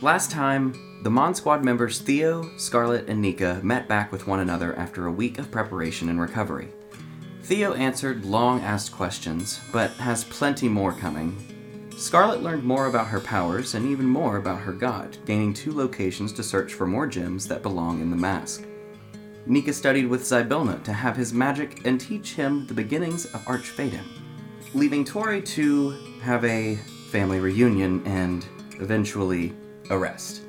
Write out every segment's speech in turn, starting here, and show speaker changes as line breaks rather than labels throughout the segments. Last time, the Mon Squad members Theo, Scarlet, and Nika met back with one another after a week of preparation and recovery. Theo answered long asked questions, but has plenty more coming. Scarlet learned more about her powers and even more about her god, gaining two locations to search for more gems that belong in the mask. Nika studied with Zybilna to have his magic and teach him the beginnings of Archfaden, leaving Tori to have a family reunion and eventually arrest.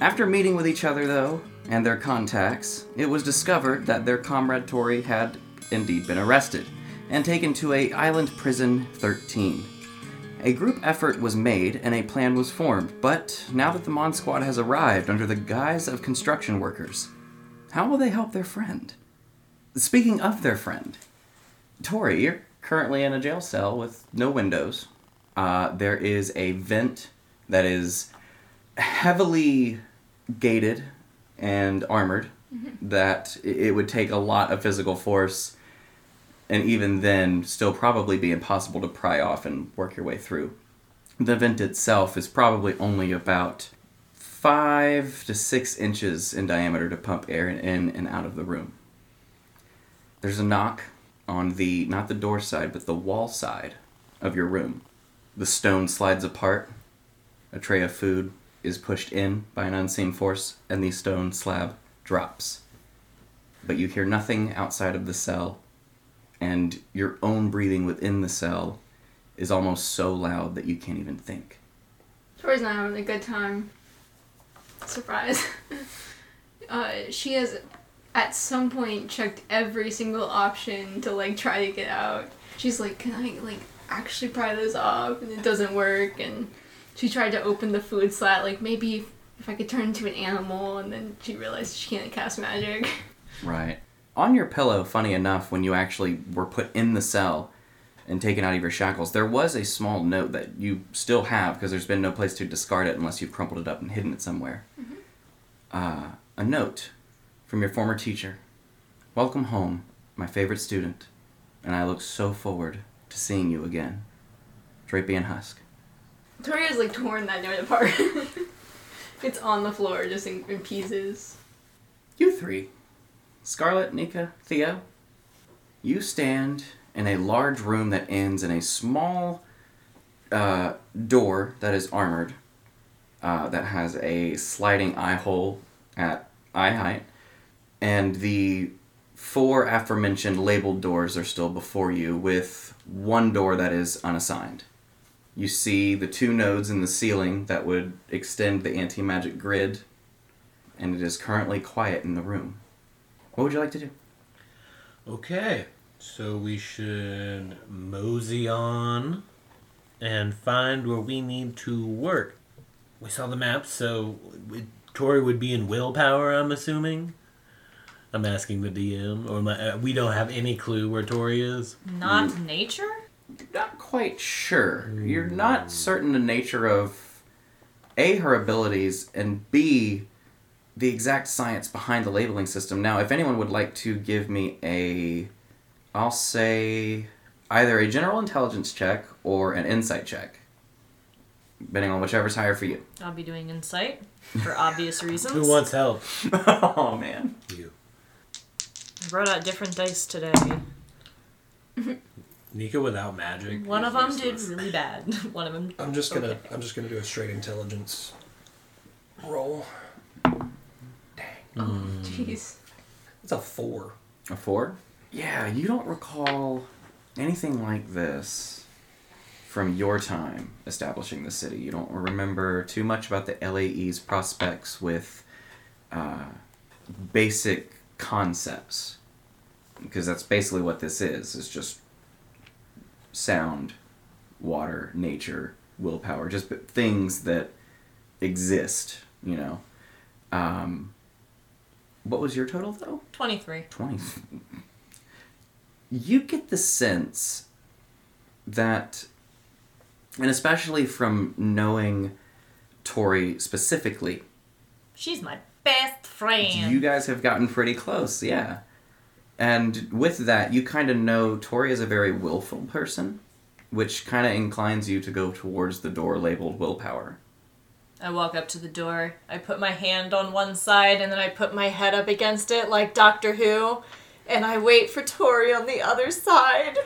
After meeting with each other, though, and their contacts, it was discovered that their comrade Tori had indeed been arrested and taken to a island prison 13. A group effort was made and a plan was formed, but now that the Mon Squad has arrived under the guise of construction workers, how will they help their friend? Speaking of their friend, Tori, you're currently in a jail cell with no windows. Uh, there is a vent that is heavily gated and armored that i- it would take a lot of physical force and even then still probably be impossible to pry off and work your way through. The vent itself is probably only about five to six inches in diameter to pump air in and out of the room. There's a knock on the, not the door side, but the wall side of your room. The stone slides apart. A tray of food is pushed in by an unseen force, and the stone slab drops. But you hear nothing outside of the cell, and your own breathing within the cell is almost so loud that you can't even think.
Tori's not having a good time. Surprise. uh, she has at some point checked every single option to like try to get out. She's like, can I like actually pry this off? And it doesn't work. And she tried to open the food slat, like maybe if, if I could turn into an animal. And then she realized she can't cast magic.
Right. On your pillow, funny enough, when you actually were put in the cell and taken out of your shackles, there was a small note that you still have because there's been no place to discard it unless you've crumpled it up and hidden it somewhere. Uh, a note from your former teacher Welcome home, my favorite student, and I look so forward to seeing you again. Drapian Husk.
Tori has like torn that note apart. it's on the floor, just in, in pieces.
You three, Scarlet, Nika, Theo, you stand in a large room that ends in a small uh, door that is armored, uh, that has a sliding eye hole at eye height, and the four aforementioned labeled doors are still before you, with one door that is unassigned. You see the two nodes in the ceiling that would extend the anti magic grid and it is currently quiet in the room. What would you like to do?
Okay, so we should mosey on and find where we need to work. We saw the map, so we, Tori would be in willpower, I'm assuming. I'm asking the DM, or my, uh, we don't have any clue where Tori is.
Not
Mm.
nature?
Not quite sure. You're not certain the nature of A, her abilities, and B, the exact science behind the labeling system. Now, if anyone would like to give me a, I'll say either a general intelligence check or an insight check, depending on whichever's higher for you.
I'll be doing insight for obvious reasons.
Who wants help?
oh, man.
You.
I brought out different dice today.
Nika without magic.
One
is
of them did
useless.
really bad. One of them.
I'm just gonna
Okay.
I'm just gonna do a straight intelligence roll.
Oh, jeez.
It's a four.
A four? Yeah, you don't recall anything like this from your time establishing the city. You don't remember too much about the LAE's prospects with uh, basic concepts. Because that's basically what this is. It's just sound, water, nature, willpower, just b- things that exist, you know. Um, what was your total, though?
23.
20. You get the sense that, and especially from knowing Tori specifically,
She's my best friend.
you guys have gotten pretty close, yeah. And with that, you kind of know Tori is a very willful person, which kind of inclines you to go towards the door labeled willpower.
I walk up to the door. I put my hand on one side and then I put my head up against it like Doctor Who. And I wait for Tori on the other side.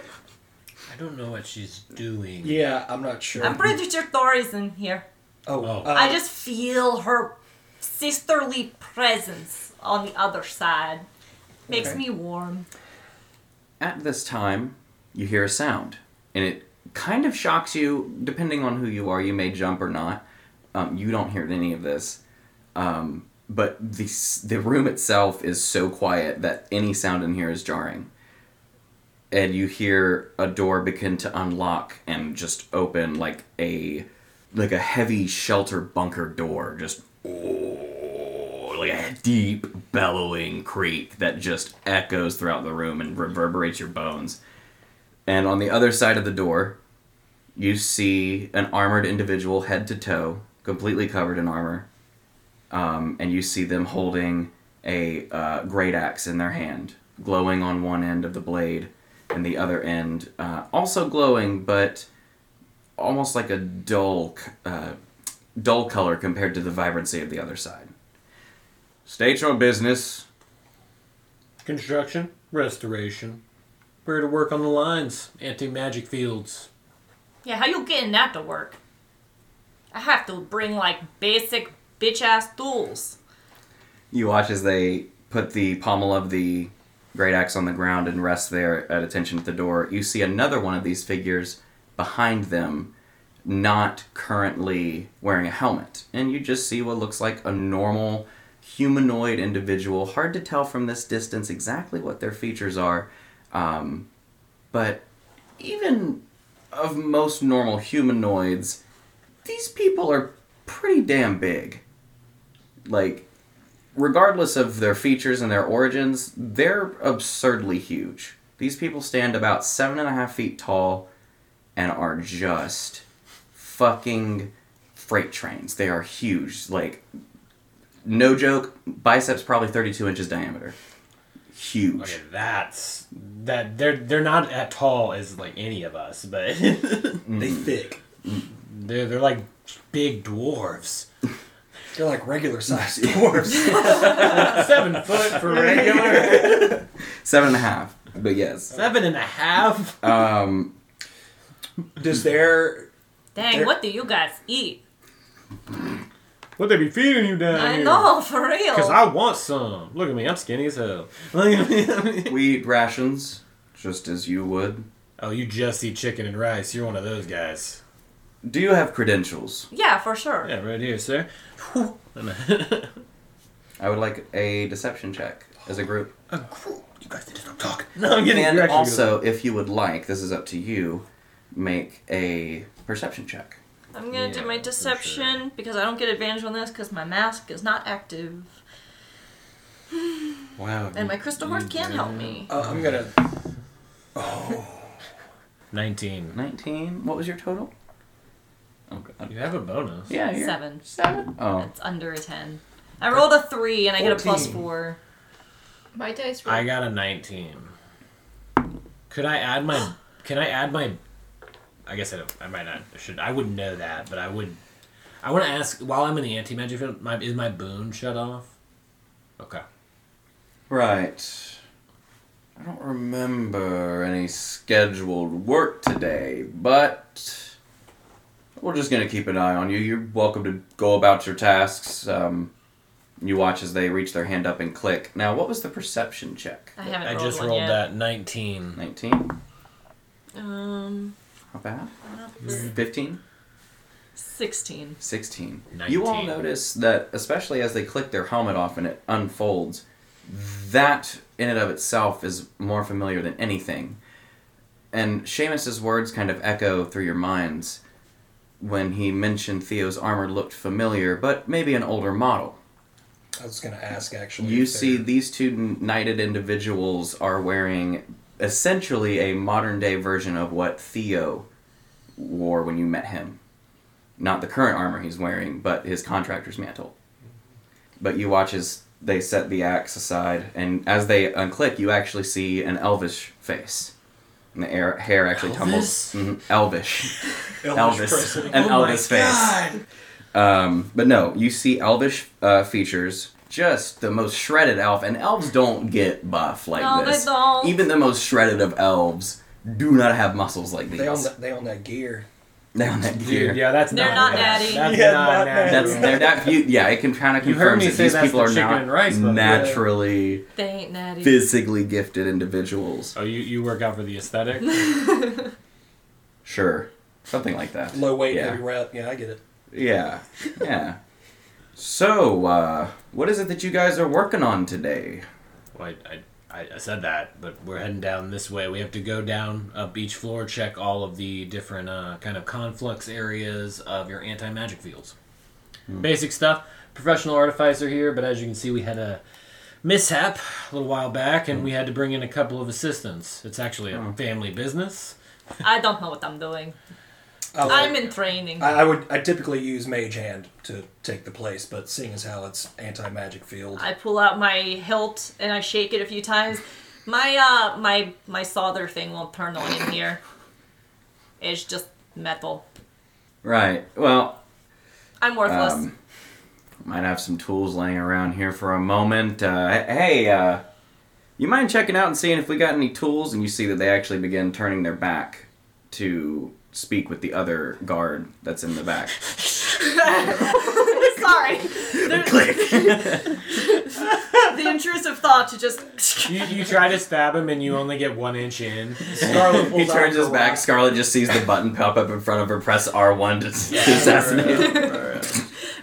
I don't know what she's doing.
Yeah, I'm not sure.
I'm pretty sure Tori's in here.
oh,
Oh.
uh,
I just feel her sisterly presence on the other side. Makes
Okay.
me warm.
At this time, you hear a sound, and it kind of shocks you. Depending on who you are, you may jump or not. Um, you don't hear any of this, um, but the s- the room itself is so quiet that any sound in here is jarring. And you hear a door begin to unlock and just open like a like a heavy shelter bunker door, just oh, like a deep bellowing creak that just echoes throughout the room and reverberates your bones. And on the other side of the door, you see an armored individual head to toe, completely covered in armor. Um, and you see them holding a uh, great axe in their hand, glowing on one end of the blade, and the other end uh, also glowing, but almost like a dull, c- uh, dull color compared to the vibrancy of the other side. State your business.
Construction, restoration. We're here to work on the lines, anti-magic fields.
Yeah, how you getting that to work? I have to bring like basic bitch ass tools.
You watch as they put the pommel of the great axe on the ground and rest there at attention at the door. You see another one of these figures behind them, not currently wearing a helmet. And you just see what looks like a normal humanoid individual. Hard to tell from this distance exactly what their features are, um, but even of most normal humanoids, these people are pretty damn big. Like, regardless of their features and their origins, they're absurdly huge. These people stand about seven and a half feet tall and are just fucking freight trains. They are huge. Like, no joke, biceps probably 32 inches diameter. Huge.
Okay, that's that. They're they're not at tall as like any of us, but
they thick.
they're they're like big dwarves.
They're like regular sized dwarves.
Seven foot for regular.
Seven and a half, but yes.
Seven and a half.
Um,
Does their
Dang,
They're-
what do you guys eat?
What they be feeding you down
I know, for real.
Cause I want some. Look at me, I'm skinny as hell. Look at me.
we eat rations just as you would.
oh, you just eat chicken and rice. You're one of those guys.
Do you have credentials?
yeah, for sure.
Yeah, right here, sir.
I would like a deception check as a group.
you guys need to stop talking.
No, I'm getting
And
you're actually
also, if you would like, this is up to you, make a perception check.
I'm gonna
Yeah,
do my
for
deception because I don't get advantage on this because my mask is not active
good. Wow.
and my crystal horse
Mm,
can't help me.
Uh, I'm gonna. oh,
19.
19. What was your total? Oh, God.
You have a bonus.
Yeah, you're-
Seven.
Seven? Oh.
It's under a ten. I rolled a three and I get a plus
14.
four.
My dice roll.
I got a 19. Could I add my? can I add my? I guess I don't. I might not. I Should I wouldn't know that, but I would. I want to ask while I'm in the anti magic field. My, is my boon shut off? Okay.
Right. I don't remember any scheduled work today, but we're just going to keep an eye on you. You're welcome to go about your tasks. Um, you watch as they reach their hand up and click. Now, what was the perception check?
I haven't
I
rolled
just
one
rolled
yet.
that 19.
19.
Um,
How bad?
not
15?
sixteen.
16. You all
19.
notice that, especially as they click their helmet off and it unfolds, that in and of itself is more familiar than anything. And Seamus's words kind of echo through your minds when he mentioned Theo's armor looked familiar, but maybe an older model.
I was gonna ask actually.
You
if
see,
they're-
these two knighted individuals are wearing essentially a modern day version of what Theo wore when you met him. Not the current armor he's wearing, but his contractor's mantle. But you watch as they set the axe aside, and as they unclick, you actually see an elvish face. And the air, hair actually tumbles.
Elvis?
Mhm, elvish.
Elvis
Elvis.
Presley.
An
Oh my
Elvis face.
God.
Um, but no, you see elvish uh, features, just the most shredded elf, and elves don't get buff like
No, they
this.
don't.
Even the most shredded of elves do not have muscles like these.
They on that, they on that gear.
They on that gear.
Dude, yeah, that's
They're not natty.
That's
Yeah,
not,
not
natty.
That's they're not. You, yeah, it can kind of
You
confirms
heard me
that
say
these
that's
people
the
are
chicken
not
and rice, but-
naturally
They ain't natty.
physically gifted individuals.
Oh, you, you work out for the aesthetic?
Sure, something like that.
Low weight,
Yeah.
heavy rep. Yeah, I get it.
Yeah, yeah. So, uh, what is it that you guys are working on today?
Well, I, I, I said that, but we're heading down this way. We have to go down up each floor, check all of the different uh, kind of conflux areas of your anti magic fields. Basic stuff. Professional artificer here, but as you can see, we had a mishap a little while back, and we had to bring in a couple of assistants. It's actually a family business.
I don't know what I'm doing.
I like-
I'm in training.
I, I would. I typically use Mage Hand to take the place, but seeing as how it's anti magic field,
I pull out my hilt and I shake it a few times. My uh my my solder thing won't turn on in here. It's just metal.
Right. Well,
I'm worthless.
Um, might have some tools laying around here for a moment. Uh, hey, uh, you mind checking out and seeing if we got any tools? And you see that they actually begin turning their back to speak with the other guard that's in the back.
Sorry. The, the intrusive thought to just
You, you try to stab him, and you only get one inch in.
Scarlet
he
pulls out
turns
her
his back.
rock.
Scarlet just sees the button pop up in front of her. Press R one to, to assassinate. him.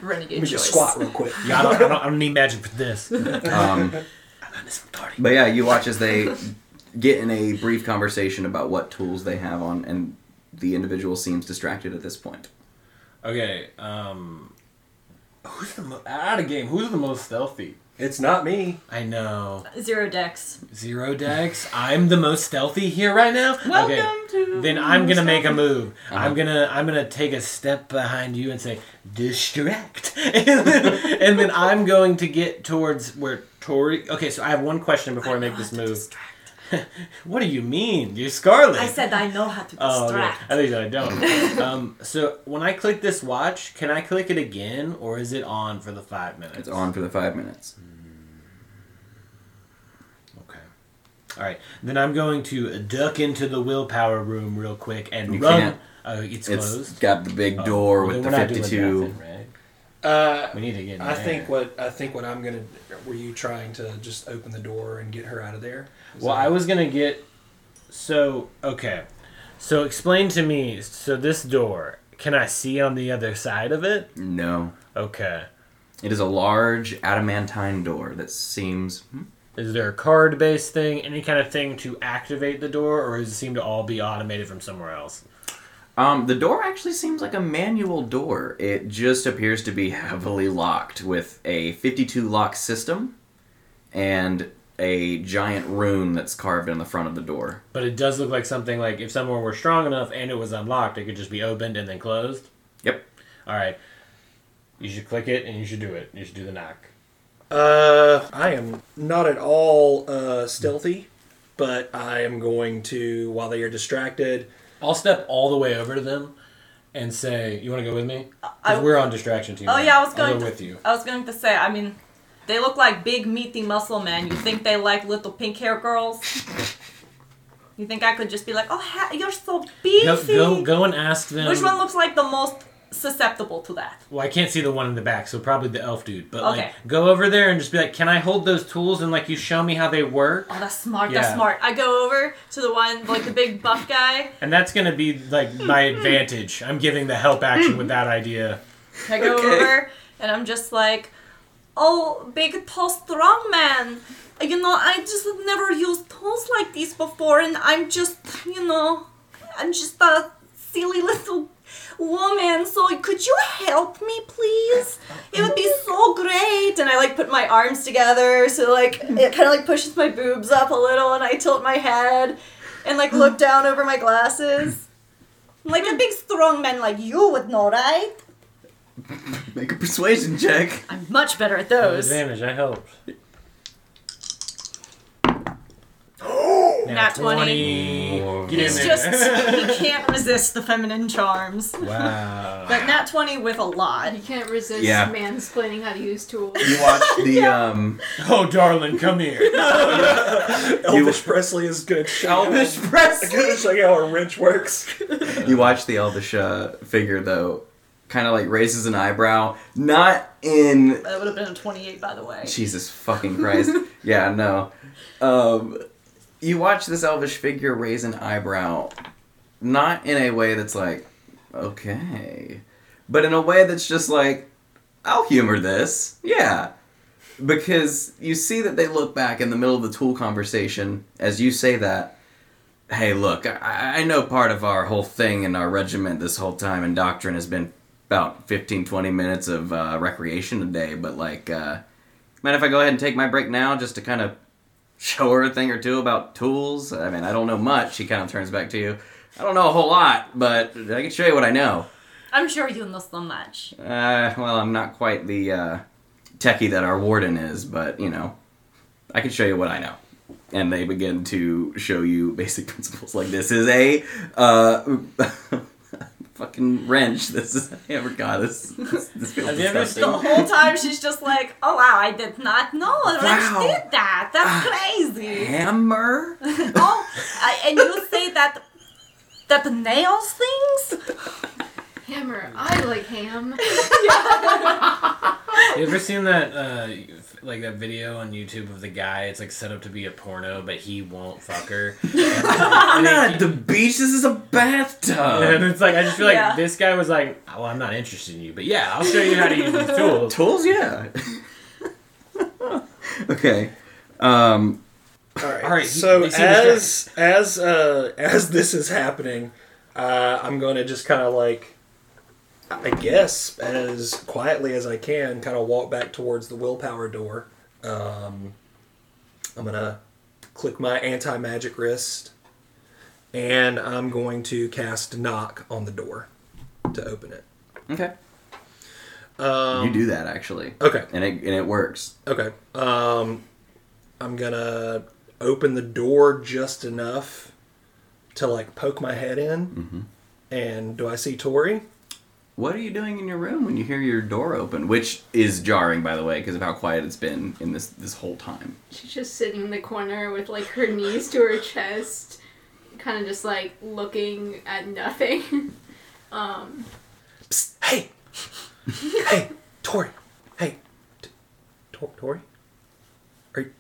renegade
Let me just
choice.
squat real quick.
Yeah, I don't, I don't, I don't need magic for this.
Um,
This is retarded.
But yeah, you watch as they get in a brief conversation about what tools they have on, and the individual seems distracted at this point.
Okay, um, who's the mo- out of game? Who's the most stealthy?
It's not me.
I know
Zero dex.
zero dex. I'm the most stealthy here right now.
Welcome to
Then I'm gonna make a move. I'm gonna I'm gonna take a step behind you and say distract, and then, and then I'm going to get towards where Tori. Okay, so I have one question before I, make this move. what do you mean? You're Scarlet.
I said I know how to
Oh, okay.
distract.
I think that I don't. um, so when I click this watch, can I click it again, or is it on for the five minutes?
It's on for the five minutes.
Okay. All right. Then I'm going to duck into the willpower room real quick and
You
run.
can't.
Oh, it's,
It's
closed.
got the big
Oh,
door
then
with the
we're not doing
fifty-two.
that then,
Uh,
right? We need to get. In
I
there.
think what I think what I'm gonna. Were you trying to just open the door and get her out of there? Is
Well,
that-
I was gonna get. So okay. So explain to me. So this door, can I see on the other side of it?
No,
Okay.
it is a large adamantine door that seems. Hmm?
Is there a card based thing, any kind of thing to activate the door, or does it seem to all be automated from somewhere else?
Um, the door actually seems like a manual door. It just appears to be heavily locked with a 52 lock system and a giant rune that's carved in the front of the door.
But it does look like something like if someone were strong enough and it was unlocked, it could just be opened and then closed.
Yep.
All right. You should click it and you should do it. You should do the knock.
Uh, I am not at all uh, stealthy, but I am going to while they are distracted.
I'll step all the way over to them and say, "You want to go with me? 'Cause
Uh, I-
we're on distraction team.
Oh
right
yeah,
now.
I was
I'll
going
go
to,
with you.
I was going to say, I mean, they look like big meaty muscle men. You think they like little pink hair girls? you think I could just be like, "Oh, ha- you're so beefy."
Go, go, go and ask them.
Which one looks like the most susceptible to that?
Well, I can't see the one in the back, so probably the elf dude. But
Okay.
like, go over there and just be like, "Can I hold those tools?" And like, you show me how they work.
Oh, that's smart.
Yeah.
That's smart. I go over to the one like the big buff guy.
And that's gonna be like my advantage. I'm giving the help action with that idea.
I go
Okay.
over and I'm just like, "Oh, big tall strong man." You know, I just have never used tools like these before, and I'm just, you know, I'm just a silly little woman. So could you help me, please? It would be so great. And I like put my arms together, so like it kind of like pushes my boobs up a little, and I tilt my head, and like look down over my glasses. Like a big strong man like you would know, right?
Make a persuasion check.
I'm much better at those.
Advantage, I helped.
Nat 20.
More.
Get in
He's
there.
just, he can't resist the feminine charms.
Wow.
But nat 20 with a lot.
You can't resist
Yeah.
mansplaining how to use tools.
You watch the um,
oh, darling, come here.
Elvis Presley is good.
Elvis
Presley. Gonna show you how a wrench works.
you watch the elvish uh, figure though, kind of like raises an eyebrow, not in
That would have been a 28, by the way.
Jesus fucking Christ. yeah, no. Um, you watch this elvish figure raise an eyebrow, not in a way that's like, okay, but in a way that's just like, I'll humor this. Yeah. Because you see that they look back in the middle of the tool conversation as you say that. Hey, look, I, I know part of our whole thing and our regiment this whole time and doctrine has been about 15, 20 minutes of uh, recreation a day, but like, uh, Mind if I go ahead and take my break now just to kind of show her a thing or two about tools? I mean, I don't know much. She kind of turns back to you. I don't know a whole lot, but I can show you what I know.
I'm sure you know so much.
Uh, well, I'm not quite the uh, techie that our warden is, but, you know, I can show you what I know. And they begin to show you basic principles like this is a uh, fucking wrench. This is I never got this. This, this feels
Have you ever
disgusting.
The whole time she's just like, oh wow, I did not know a wrench
Wow. Ah.
did that. That's crazy.
hammer?
oh, I, and you say that that the nails things?
Hammer, I like ham.
You ever seen that uh, like that video on YouTube of the guy? It's like set up to be a porno, but he won't fuck her.
I'm not at the beach. This is a bathtub.
and it's like I just feel like
Yeah.
this guy was like, "Well, I'm not interested in you, but yeah, I'll show you how to use the tools."
Tools, yeah. okay. Um,
All right.
All right, he-
so
they seem distracted.
as as uh, as this is happening, uh, I'm going to just kind of like, I guess, as quietly as I can, kind of walk back towards the willpower door. Um, I'm gonna click my anti magic wrist, and I'm going to cast knock on the door to open it.
okay.
Um,
you do that actually,
Okay.
and it and it works.
Okay. Um, I'm gonna open the door just enough to like poke my head in. And do I see Tori?
What are you doing in your room when you hear your door open? Which is jarring, by the way, because of how quiet it's been in this this whole time.
She's just sitting in the corner with like her knees to her chest, kind of just like looking at nothing. um,
Psst, hey, hey, Tori, hey, T- Tor- Tori, are you?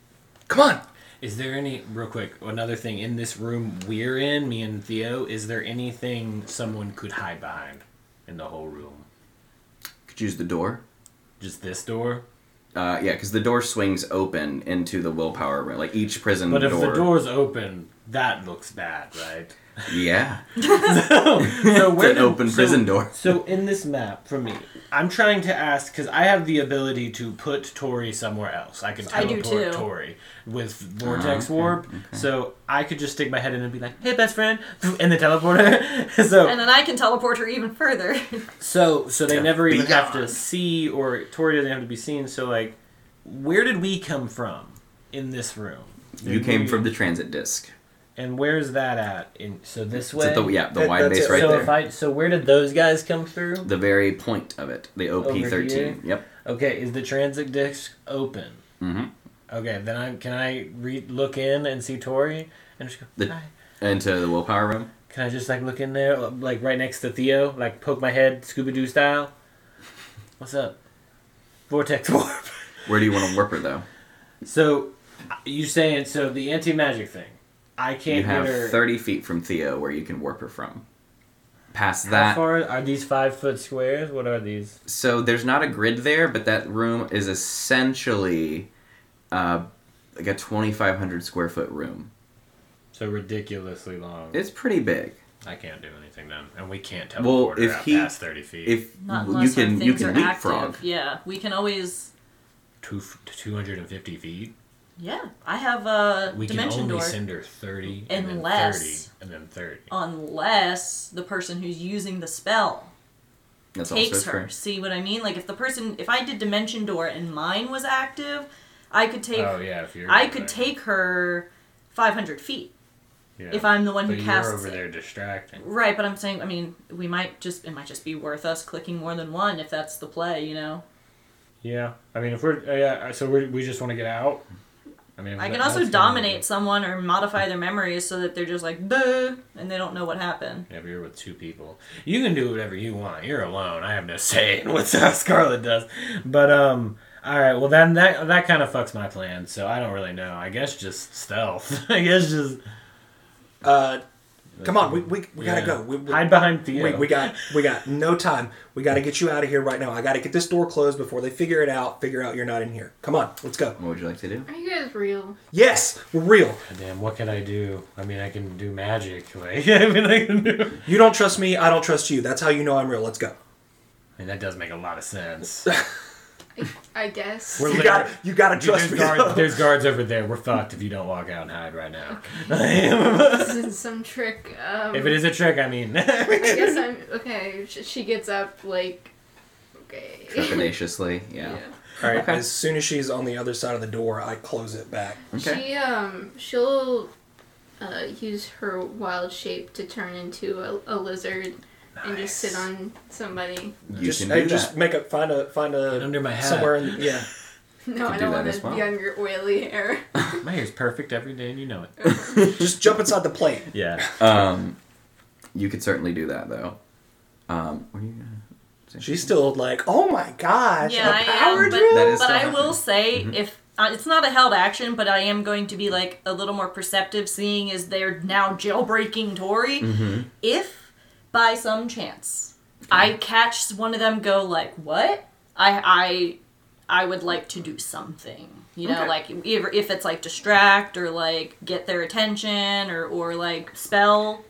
Come on.
Is there any real quick another thing in this room we're in, me and Theo? Is there anything someone could hide behind in the whole room?
Could use the door.
Just this door.
Uh, yeah, because the door swings open into the willpower room, like each prison
But if
door.
the door's open, that looks bad, right?
Yeah,
So
it's
where
an
did-
open
so-
prison door.
So in this map for me, I'm trying to ask because I have the ability to put Tori somewhere else. I can
I do
teleport
too.
Tori with vortex
Uh-huh. okay,
warp. So I could just stick my head in and be like, "Hey, best friend," and then teleport her. so
And then I can teleport her even further.
so so they
To
never even have to
beyond.
see or Tori doesn't have to be seen. So like, where did we come from in this room?
You came from the transit disc.
and where's that at? In so this
It's
way.
at the, yeah, the
That-
wide
that's
base
it.
right
so
there.
if I so where did those guys come through?
the very point of it, the OP
here?
thirteen. Yep.
Okay, is the transit disc open?
Mhm.
Okay, then I can I re- look in and see Tori and just go.
The-
"Hi."
Into the willpower room.
Can I just like look in there, like right next to Theo, like poke my head, Scooby Doo style? What's up? Vortex warp.
Where do you want to warp her though?
so, you saying so the anti magic thing? I can't
you have
get her.
thirty feet from Theo where you can warp her from. Past
How
that,
far are these five foot squares? What are these?
so there's not a grid there, but that room is essentially uh, like a twenty five hundred square foot room.
So ridiculously long.
It's pretty big.
I can't do anything then, and we can't
Well,
teleport
if
her out
he-
past thirty feet.
If
Not
you
unless
can,
our
you
things
can
are
leapfrog.
active. Yeah, we can always.
two two hundred and fifty feet.
Yeah, I have a
We can
dimension
only
door.
send her thirty, and then thirty,
Unless-
and then thirty.
unless the person who's using the spell
That's
takes
also
her.
true.
See what I mean? Like if the person, if I did dimension door and mine was active, I could take.
Oh yeah, if you're.
I could take her 500 feet.
Yeah.
if I'm the one
but
who
you're
casts
over
it.
there distracting.
Right, but I'm saying, I mean, we might just it might just be worth us clicking more than one if that's the play, you know.
Yeah, I mean, if we're uh, yeah, so we we just want to get out. I mean,
I
that-
can also
that's the-
dominate someone or modify their memories so that they're just like boo and they don't know what happened.
Yeah, but you're with two people. You can do whatever you want. You're alone. I have no say in what Scarlet does. But um, all right. Well, then that that kind of fucks my plan. So I don't really know. I guess just stealth. I guess just
Uh, come on, we, we, we
Yeah.
gotta go. We, we,
hide behind Theo.
we, we got we got no time. We gotta get you out of here right now. I gotta get this door closed before they figure it out. Figure out you're not in here. Come on, let's go.
What would you like to do?
Are you guys real?
Yes, we're real.
Damn, what can I do? I mean, I can do magic. Like, I mean, I can do.
You don't trust me. I don't trust you. That's how you know I'm real. Let's go.
I mean, that does make a lot of sense.
I, I guess.
We're
You
Larry-
gotta you gotta trust
There's,
me.
guard,
though.
there's guards over there. We're fucked if you don't walk out and hide right now.
this is some trick. Um,
If it is a trick, I mean.
I guess I'm okay. Sh- she gets up like, okay.
Trepidatiously, yeah.
All right. As soon as she's on the other side of the door, I close it back.
Okay.
She um she'll uh, use her wild shape to turn into a, a lizard and just sit on somebody.
You
just
can
hey,
do that.
just make a find a find a
Get under my hat.
somewhere. In, yeah.
No, I
do
don't
that
want
as
to
well.
be on your oily hair.
My hair's perfect every day, and you know it.
Just jump inside the plate.
Yeah.
Um, you could certainly do that though. Um, what are you gonna say?
She's still like, oh my gosh.
Yeah,
a
I
power
am,
That
drill?"
but,
is Mm-hmm.
but
still
I will
happening.
say if uh, it's not a held action, but I am going to be like a little more perceptive, seeing as they're now jailbreaking Tori.
Mm-hmm.
If by some chance I catch one of them go like what I I I would like to do something. You know,
Okay.
like if, if it's like distract or like get their attention or or like spell.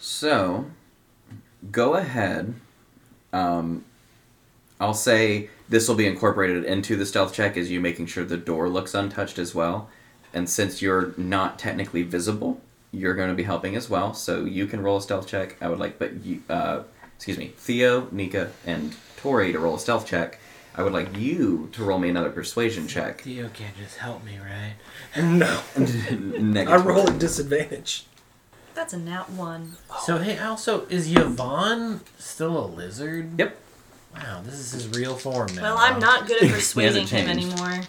So, go ahead. Um, I'll say this will be incorporated into the stealth check as you making sure the door looks untouched as well. And since you're not technically visible, you're going to be helping as well. So you can roll a stealth check. I would like, but you, uh, excuse me, Theo, Nika, and Tori to roll a stealth check. I would like you to roll me another persuasion check.
Theo can't just help me, right?
No, I
Negative.
roll at disadvantage.
That's a nat one.
So hey, also is Yvonne still a lizard?
Yep.
Wow, this is his real form now.
Well, I'm not good at persuading
hasn't
him
changed.
anymore.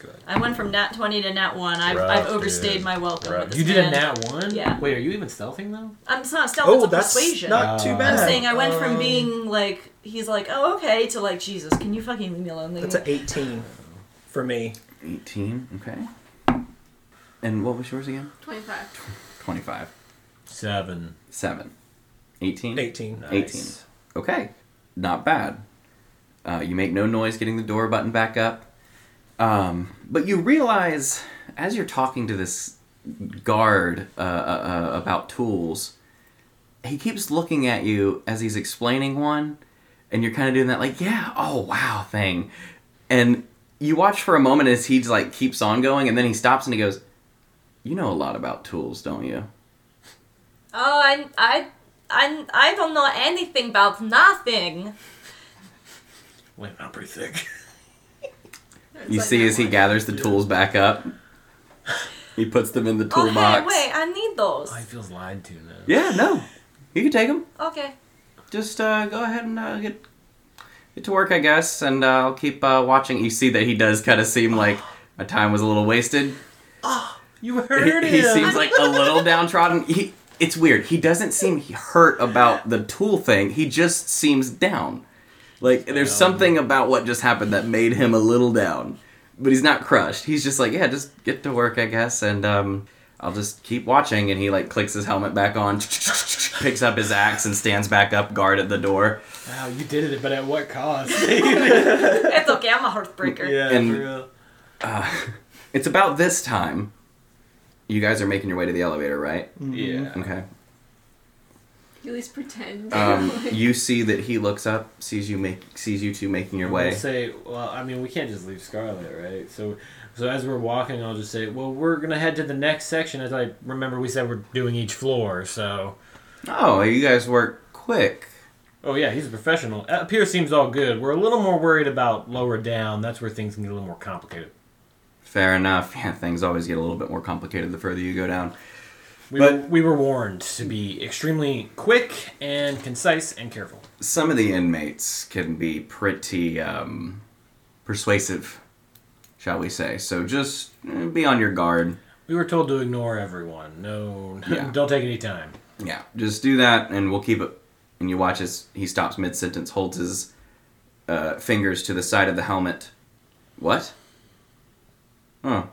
Good.
I went from nat 20 to nat 1. I've,
Rough,
I've overstayed
dude.
my welcome.
Bruh.
With this
You did
man.
a nat one.
Yeah.
Wait, are you even stealthing though?
I'm it's not stealth,
Oh,
it's a
that's
persuasion.
not too
Uh,
bad.
I'm saying I went from
Um,
being like, he's like, oh, okay, to like, Jesus, can you fucking leave me alone? Leave
That's
me-
an 18 for me.
18. Okay. And what was yours again?
Twenty five.
25.
Seven.
7. 18?
18.
18. Okay. Not bad. Uh, you make no noise getting the door button back up. Um, but you realize as you're talking to this guard uh, uh, uh, about tools, he keeps looking at you as he's explaining one, and you're kind of doing that, like, yeah, oh, wow thing. And you watch for a moment as he like keeps on going, and then he stops and he goes, You know a lot about tools, don't you?
oh, I, I, I, I don't know anything about nothing.
Wait, I'm pretty thick.
You see as he gathers the tools back up. He puts them in the
Oh,
toolbox.
hey, wait, I need those.
I feels lied to now.
Yeah, no. You can take them.
Okay.
Just uh, go ahead and uh, get get to work, I guess, and uh, I'll keep uh, watching. You see that he does kind of seem like my time was a little wasted.
You
He,
heard
he seems like a little downtrodden. He, it's weird. He doesn't seem hurt about the tool thing. He just seems down. Like there's something about what just happened that made him a little down, but he's not crushed. He's just like, yeah, just get to work, I guess, and um, I'll just keep watching. And he like clicks his helmet back on, picks up his axe, and stands back up guard at the door.
Wow, you did it, but at what cost?
it's okay, I'm a heartbreaker.
And-
for real.
It's about this time. You guys are making your way to the elevator, right?
Yeah.
Okay.
You at least pretend.
Um,
Like,
you see that he looks up, sees you make, sees you two making your way.
I'll say, well, I mean, we can't just leave Scarlet, right? So, so as we're walking, I'll just say, well, we're gonna head to the next section. As I remember, we said we're doing each floor, so.
Oh, you guys work quick.
Oh yeah, he's a professional. Up here seems all good. We're a little more worried about lower down. That's where things can get a little more complicated.
Fair enough. Yeah, things always get a little bit more complicated the further you go down.
We,
But-
were, we were warned to be extremely quick and concise and careful.
Some of the inmates can be pretty um, persuasive, shall we say. So just eh, be on your guard.
We were told to ignore everyone. No,
Yeah.
don't take any time.
Yeah, just do that, and we'll keep it. And you watch as he stops mid sentence, holds his uh, fingers to the side of the helmet. What? Huh.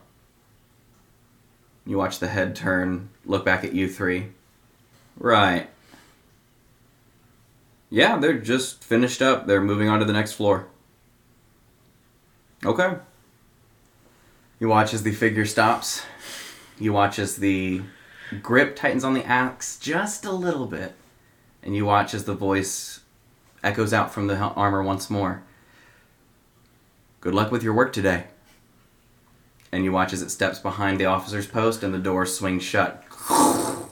You watch the head turn, look back at you three. Right. Yeah, they're just finished up. They're moving on to the next floor. Okay. You watch as the figure stops. You watch as the grip tightens on the axe just a little bit, and you watch as the voice echoes out from the hel- armor once more. Good luck with your work today. And you watch as it steps behind the officer's post and the door swings shut.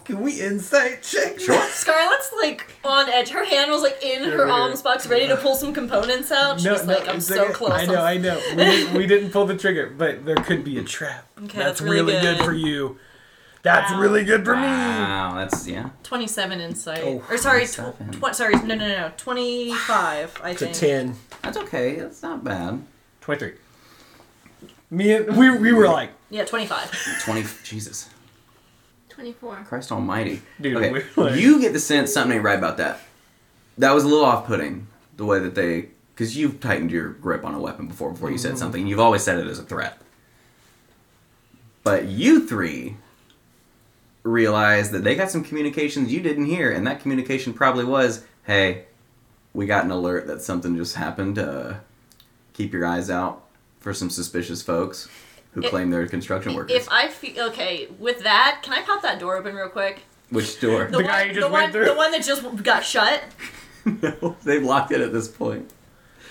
Can we insight check?
Scarlett's like on edge. Her hand was like in her
Yeah.
arms box, ready to pull some components out. She's like, I'm
it's
so
okay.
close.
I know, I know. We, didn't- we didn't pull the trigger, but there could be a trap.
Okay, that's really
good.
good.
for you. That's
Wow.
really good for me.
Wow, that's yeah.
27 insight.
Oh,
or sorry, tw-
27.
tw- sorry, no, no, no, no, 25. I
It's a
think.
10.
That's okay. That's not bad.
Twenty-three. Me and we, we were like,
Yeah, 25.
Twenty. Jesus.
24.
Christ Almighty,
Dude,
Okay,
we're like-
you get the sense something ain't right about that. That was a little off-putting the way that they, because you've tightened your grip on a weapon before. Before you said
Mm-hmm.
something, you've always said it as a threat. But you three realize that they got some communications you didn't hear, and that communication probably was, "Hey, we got an alert that something just happened. Uh, keep your eyes out for some suspicious folks who
If-
claim they're construction workers."
If I feel okay with that, can I pop that door open real quick?
Which door?
The guy you just
the
went
one,
through?
the one that just got shut.
no, they've locked it at this point.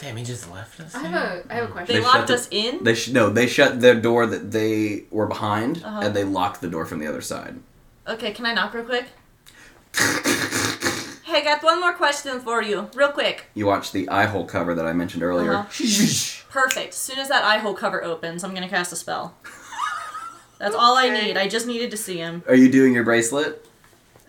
damn, he just left us.
I
here?
have a I have a
They,
question.
shut
locked
the-
us in.
They sh- no, they shut the door that they were behind,
Uh-huh.
and they locked the door from the other side.
okay, can I knock real quick? hey, I got one more question for you, real quick.
You watch the eye hole cover that I mentioned earlier.
Perfect. As soon as that eye hole cover opens, I'm gonna cast a spell. That's all I
Okay.
need. I just needed to see him.
Are you doing your bracelet?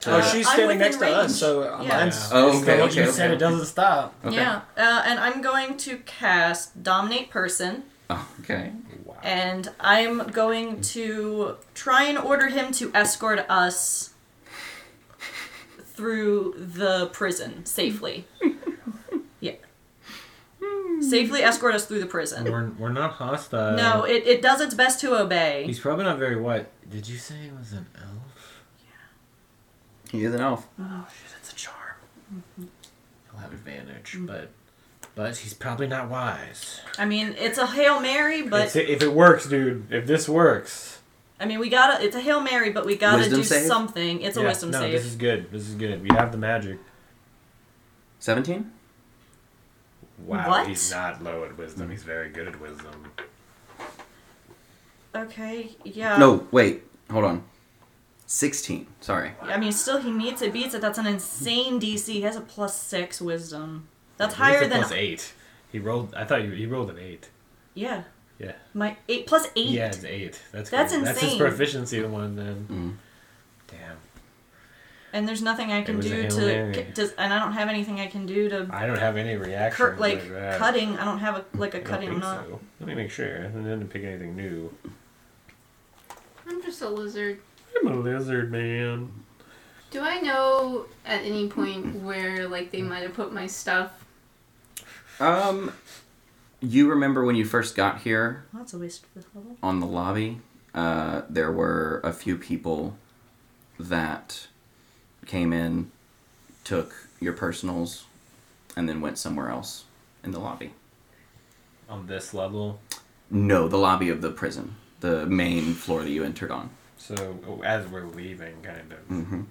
Oh,
Uh,
she's
I'm
standing
within
next to
range.
us, so uh,
Yeah.
mine's.
Oh,
it's
okay,
the-
okay,
you
okay.
said it doesn't stop.
Okay.
Yeah, uh, and I'm going to cast Dominate Person,
Oh, okay.
Wow.
and I'm going to try and order him to escort us through the prison safely. yeah. Safely escort us through the prison.
We're, we're not hostile.
No, it, it does its best to obey.
Uh, he's probably not very white. Did you say he was an elf?
He is an elf.
Oh shit, that's a charm. He'll have advantage,
Mm.
but but he's probably not wise.
I mean, it's a Hail Mary,
It's-
but
if it works, dude, if this works,
I mean, we gotta. It's a hail mary, but we gotta
Wisdom
do
save?
something. It's a
Yeah,
wisdom
no,
save.
this is good. This is good. We have the magic.
Seventeen.
Wow,
What?
he's not low at wisdom. He's very good at wisdom.
Okay, yeah.
no, wait. Hold on. Sixteen. Sorry.
I mean, still he meets it, beats it. That's an insane DC. He has a plus six wisdom. That's
He gets a
higher than
plus eight. He rolled. I thought he, he rolled an eight.
yeah.
Yeah.
My eight plus eight.
Yeah, it's eight. That's
That's
great. That's his
insane.
proficiency one then.
Mm.
Damn.
And there's nothing I can
was a
do
Hail
to.
Mary.
c- Does, and I don't have anything I can do to.
I don't have any reaction.
Cur- like
that.
cutting. I don't have a like
I
a
don't
cutting. I'm
think
not.
so. Let me make sure. I didn't pick anything new.
I'm just a lizard.
I'm a lizard man.
Do I know at any point where like they might have put my stuff?
Um, you remember when you first got here
Well, that's a waste of the level.
on the lobby? Uh, there were a few people that came in, took your personals, and then went somewhere else in the lobby.
On this level.
No, the lobby of the prison, the main floor that you entered on.
So oh, as we're leaving, kind of.
Mm-hmm.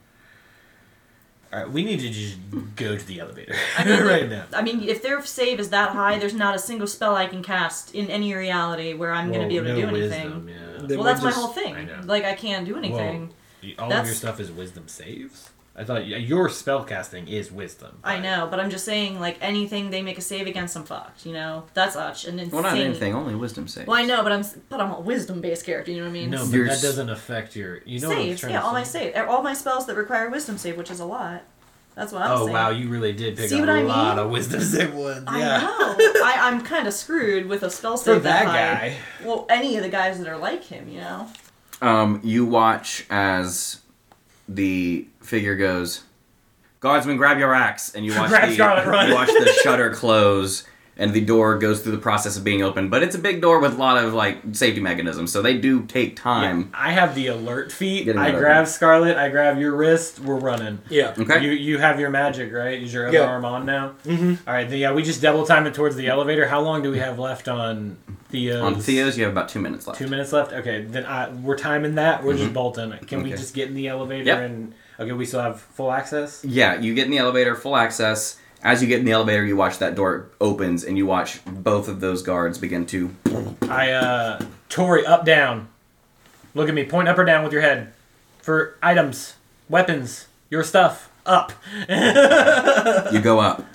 All right, we need to just go to the elevator
I mean,
right now.
I mean, if their save is that high, there's not a single spell I can cast in any reality where I'm
Well,
gonna be able to
no
do anything.
wisdom, yeah.
Then
well,
we'll
that's
just-
my whole
I
thing.
know.
Like I can't do anything.
All of your
That's-
stuff is wisdom saves. I thought y- your spell casting is wisdom.
I
but-
know, but I'm just saying, like anything they make a save against, I'm fucked. You know, that's such an insane.
Well, not anything, only wisdom save.
Well, I know, but I'm s- but I'm a wisdom based character. You know what I mean?
No, but
Your
that
s-
doesn't affect your. You know
saves.
what I'm trying
Yeah,
to
all my
say?
save, all my spells that require wisdom save, which is a lot. That's what I'm
Oh
saying.
wow, you really did pick
See
up
what
a
I
lot
mean?
of wisdom save ones.
I
yeah.
know. I, I'm kind of screwed with a spell save
For that
high.
guy.
Well, any of the guys that are like him, you know.
Um, you watch as the figure goes, Guardsmen, grab your axe, and you watch
Grab
the
Scarlet, run.
you watch the shutter close, and the door goes through the process of being opened. But it's a big door with a lot of like safety mechanisms, so they do take time.
I have the alert feet.
Get it
I
out.
grab Scarlet. I grab your wrist. We're running.
Yeah.
Okay,
You you have your magic right? Is your other
Yeah.
arm on now? Mm-hmm. All right. then, Yeah, we just double time it towards the elevator. How long do we have left on Theo's?
on Theo's, you have about two minutes left.
Two minutes left. Okay, then I, we're timing that. We're just bolting. Can we
Mm-hmm. Okay.
just get in the elevator
Yep.
and? Okay, we still have full access.
Yeah, you get in the elevator, full access. As you get in the elevator, you watch that door opens, and you watch both of those guards begin to.
I uh, Tori up down. Look at me. Point up or down with your head for items, weapons, your stuff. Up.
You go up,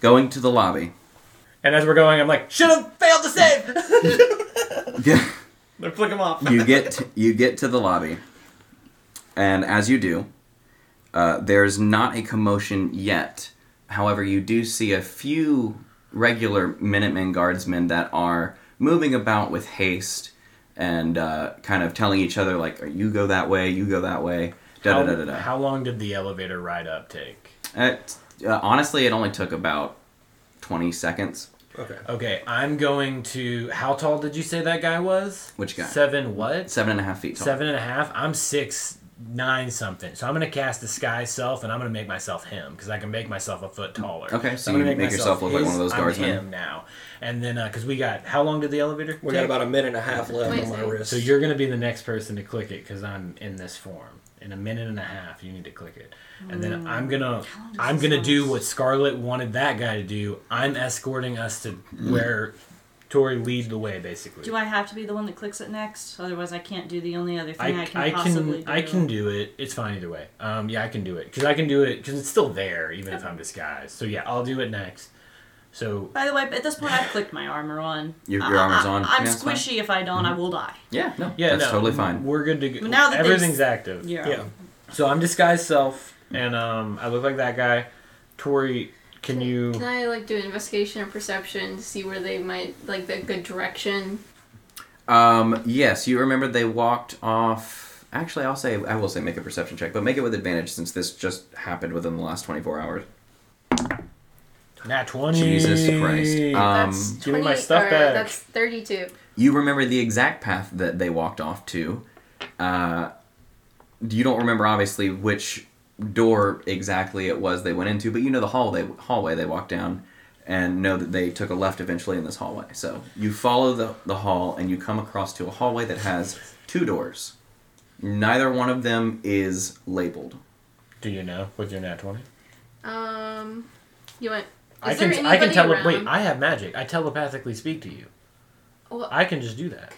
going to the lobby.
And as we're going, I'm like, should have failed to save.
Yeah.
Then flick him off.
you get you get to the lobby, and as you do, uh, there's not a commotion yet. However, you do see a few regular Minutemen guardsmen that are moving about with haste and uh, kind of telling each other like, "Uh, "You go that way, you go that way." Da da da da
How,
da.
how long did the elevator ride up take?
It, uh, honestly, it only took about twenty seconds.
Okay.
Okay, I'm going to. How tall did you say that guy was?
Which guy?
Seven what?
Seven and a half feet tall.
Seven and a half. I'm six nine something. So I'm gonna cast disguise self, and I'm gonna make myself him because I can make myself a foot taller.
Okay, so
I'm gonna
you make yourself look like
his-
one of those
I'm
guardsmen.
him now, and then because we got how long did the elevator?
We
take?
got about a minute and a half left
Wait a
on my
second.
wrist.
So you're gonna be the next person to click it because I'm in this form. In a minute and a half, you need to click it, and then I'm
Mm.
gonna
long does
I'm
this
gonna do
last?
what Scarlet wanted that guy to do. I'm escorting us to where Tori lead the way, basically.
Do I have to be the one that clicks it next? Otherwise, I can't do the only other
I,
thing I, can
I can
possibly do.
I can do it. It's fine either way. Um, yeah, I can do it because I can do it because it's still there even if I'm disguised. So yeah, I'll do it next. So
By the way, at this point, I've clicked my armor on.
Your- your armor's on.
I, am
Yeah, it's fine.
squishy. If I don't,
Mm-hmm.
I will die.
Yeah, no,
yeah,
that's
no,
totally fine.
We're good to go.
Now that they've-
everything's active.
Yeah.
yeah.
So I'm disguised self, and um, I look like that guy. Tori, can you?
Can I like do an investigation or perception to see where they might like the good direction?
Um, yes, you remember they walked off. Actually, I'll say I will say make a perception check, but make it with advantage since this just happened within the last twenty four hours.
Nat twenty.
Jesus Christ!
that's
Um,
give me my
20
stuff
or
back.
That's thirty-two.
you remember the exact path that they walked off to. Uh, you don't remember obviously which door exactly it was they went into, but you know the hallway hallway they walked down, and know that they took a left eventually in this hallway. So you follow the the hall and you come across to a hallway that has two doors. Neither one of them is labeled.
Do you know with your nat twenty?
Um, you went. Is
I can.
there
I can
anybody
tele-
around?
Wait, I have magic. I telepathically speak to you.
Well, I,
I can just do that.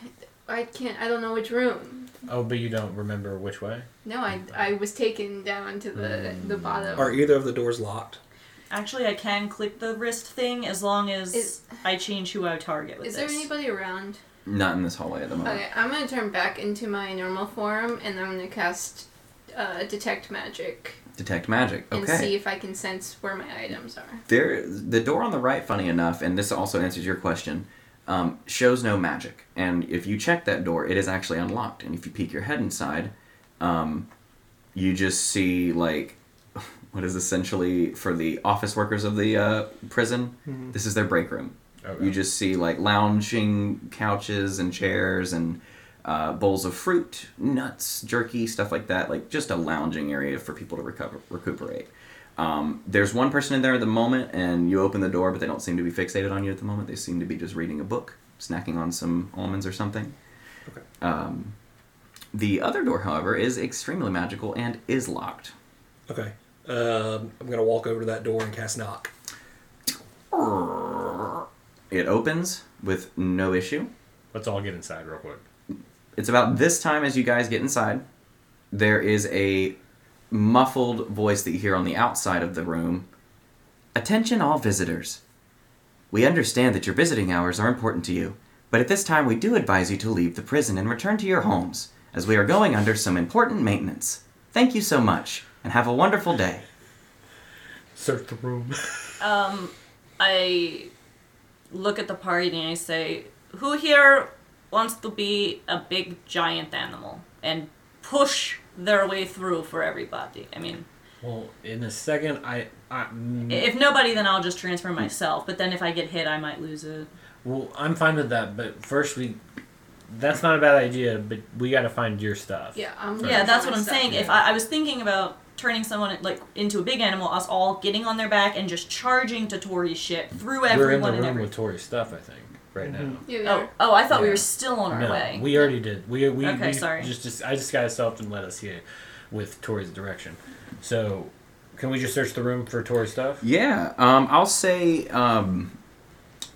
can't. I don't know which room.
Oh, but you don't remember which way.
No, I I was taken down to the the bottom.
Are either of the doors locked?
Actually, I can click the wrist thing as long as
Is-
I change who I target with
Is there
this.
anybody around?
Not in this hallway at the moment.
Okay, I'm gonna turn back into my normal form, and I'm gonna cast uh, detect magic
Detect magic.
and see
Okay.
if I can sense where my items are.
There, the door on the right, funny enough, and this also answers your question, um, shows no magic. And if you check that door, it is actually unlocked. And if you peek your head inside, um, you just see like what is essentially for the office workers of the uh, prison. This is their break room.
Okay.
You just see like lounging couches and chairs and uh, bowls of fruit, nuts, jerky, stuff like that. Like just a lounging area for people to recover, recuperate. Um, there's one person in there at the moment, and you open the door, but they don't seem to be fixated on you at the moment. They seem to be just reading a book, snacking on some almonds or something.
Okay.
Um, the other door, however, is extremely magical and is locked.
Okay. Um, I'm gonna walk over to that door and cast knock.
It opens with no issue.
Let's all get inside real quick.
It's about this time as you guys get inside. There is a muffled voice that you hear on the outside of the room Attention, all visitors. We understand that your visiting hours are important to you, but at this time we do advise you to leave the prison and return to your homes, as we are going under some important maintenance. Thank you so much, and have a wonderful day.
Search the room.
Um, I look at the party and I say, "Who here wants to be a big giant animal and push their way through for everybody?" I mean,
Well, in a second, I, I
i- if nobody, then I'll just transfer myself. But then if I get hit, I might lose it.
well, I'm fine with that. But first, we that's not a bad idea. But we got to find your stuff.
Yeah, I'm looking
Yeah,
for
that's
my
what I'm
stuff.
saying. If I, I was thinking about turning someone like into a big animal, us all getting on their back and just charging to Tori's shit through
we're in
everyone
the
and
room
every.
with Tori's stuff. I think right now.
Yeah, we
Oh,
are.
oh! I thought we
Yeah.
were still on our
no,
way.
we already did. We we,
Okay,
we
sorry.
Just, just I just got us off and let us here with Tori's direction. So, can we just search the room for Tori's stuff?
Yeah, um, I'll say um,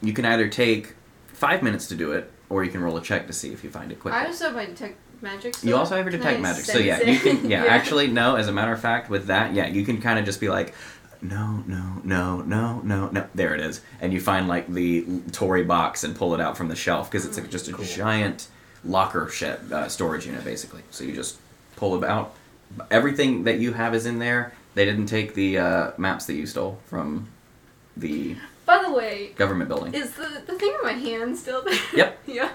you can either take five minutes to do it, or you can roll a check to see if you find it quickly.
I also have my detect magic.
You
so
also have your
can
detect
I
magic, so
sense
yeah,
it?
you can. Yeah, actually, no. As a matter of fact, with that, yeah, you can kind of just be like, no, no, no, no, no, no. There it is, and you find like the Tory box and pull it out from the shelf because it's like, just a giant locker shed uh, storage unit, basically. So you just pull it out. Everything that you have is in there. They didn't take the uh, maps that you stole from the
By the way,
government building.
is the the thing in my hand still there?
Yep.
yeah.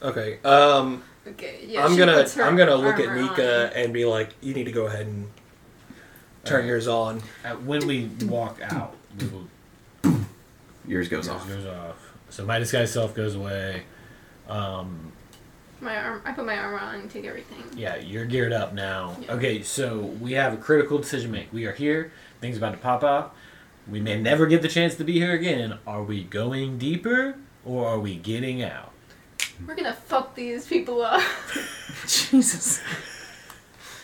Okay. Um,
Okay. Yeah.
I'm
she
gonna
puts her
I'm gonna look at
armor
Nika
on.
and be like, you need to go ahead and turn yours on.
Uh, when we walk out, we will
Yours goes
Yours
off.
goes off. So my disguise self goes away. Um,
My arm. I put my armor on and take everything.
yeah, you're geared up now.
Yeah.
Okay, so we have a critical decision to make. We are here. Things about to pop off. We may never get the chance to be here again. Are we going deeper or are we getting out?
We're gonna fuck these people up.
Jesus.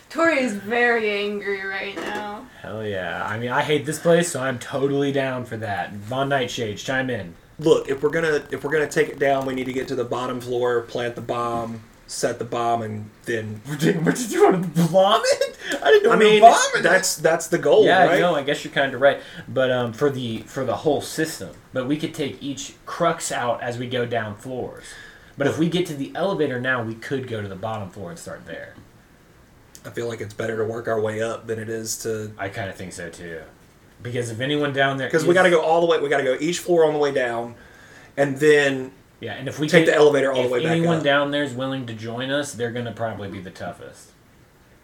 Tori is very angry right now.
Hell yeah! I mean, I hate this place, so I'm totally down for that. Von Nightshades, chime in.
Look, if we're gonna if we're gonna take it down, we need to get to the bottom floor, plant the bomb, set the bomb, and then.
What did you want to bomb it? I didn't know
I
we were
mean,
bombing it.
that's that's the goal,
Yeah,
right?
no, I guess you're kind of right. But um, for the for the whole system, but we could take each crux out as we go down floors. But if we get to the elevator now, we could go to the bottom floor and start there.
I feel like it's better to work our way up than it is to
I kind of think so too, because if anyone down there,
because we
is-
got to go all the way. We got to go each floor on the way down, and then
Yeah, and if we
take
get-
the elevator all the
if
way back
anyone
up.
down there is willing to join us, they're gonna probably be the toughest.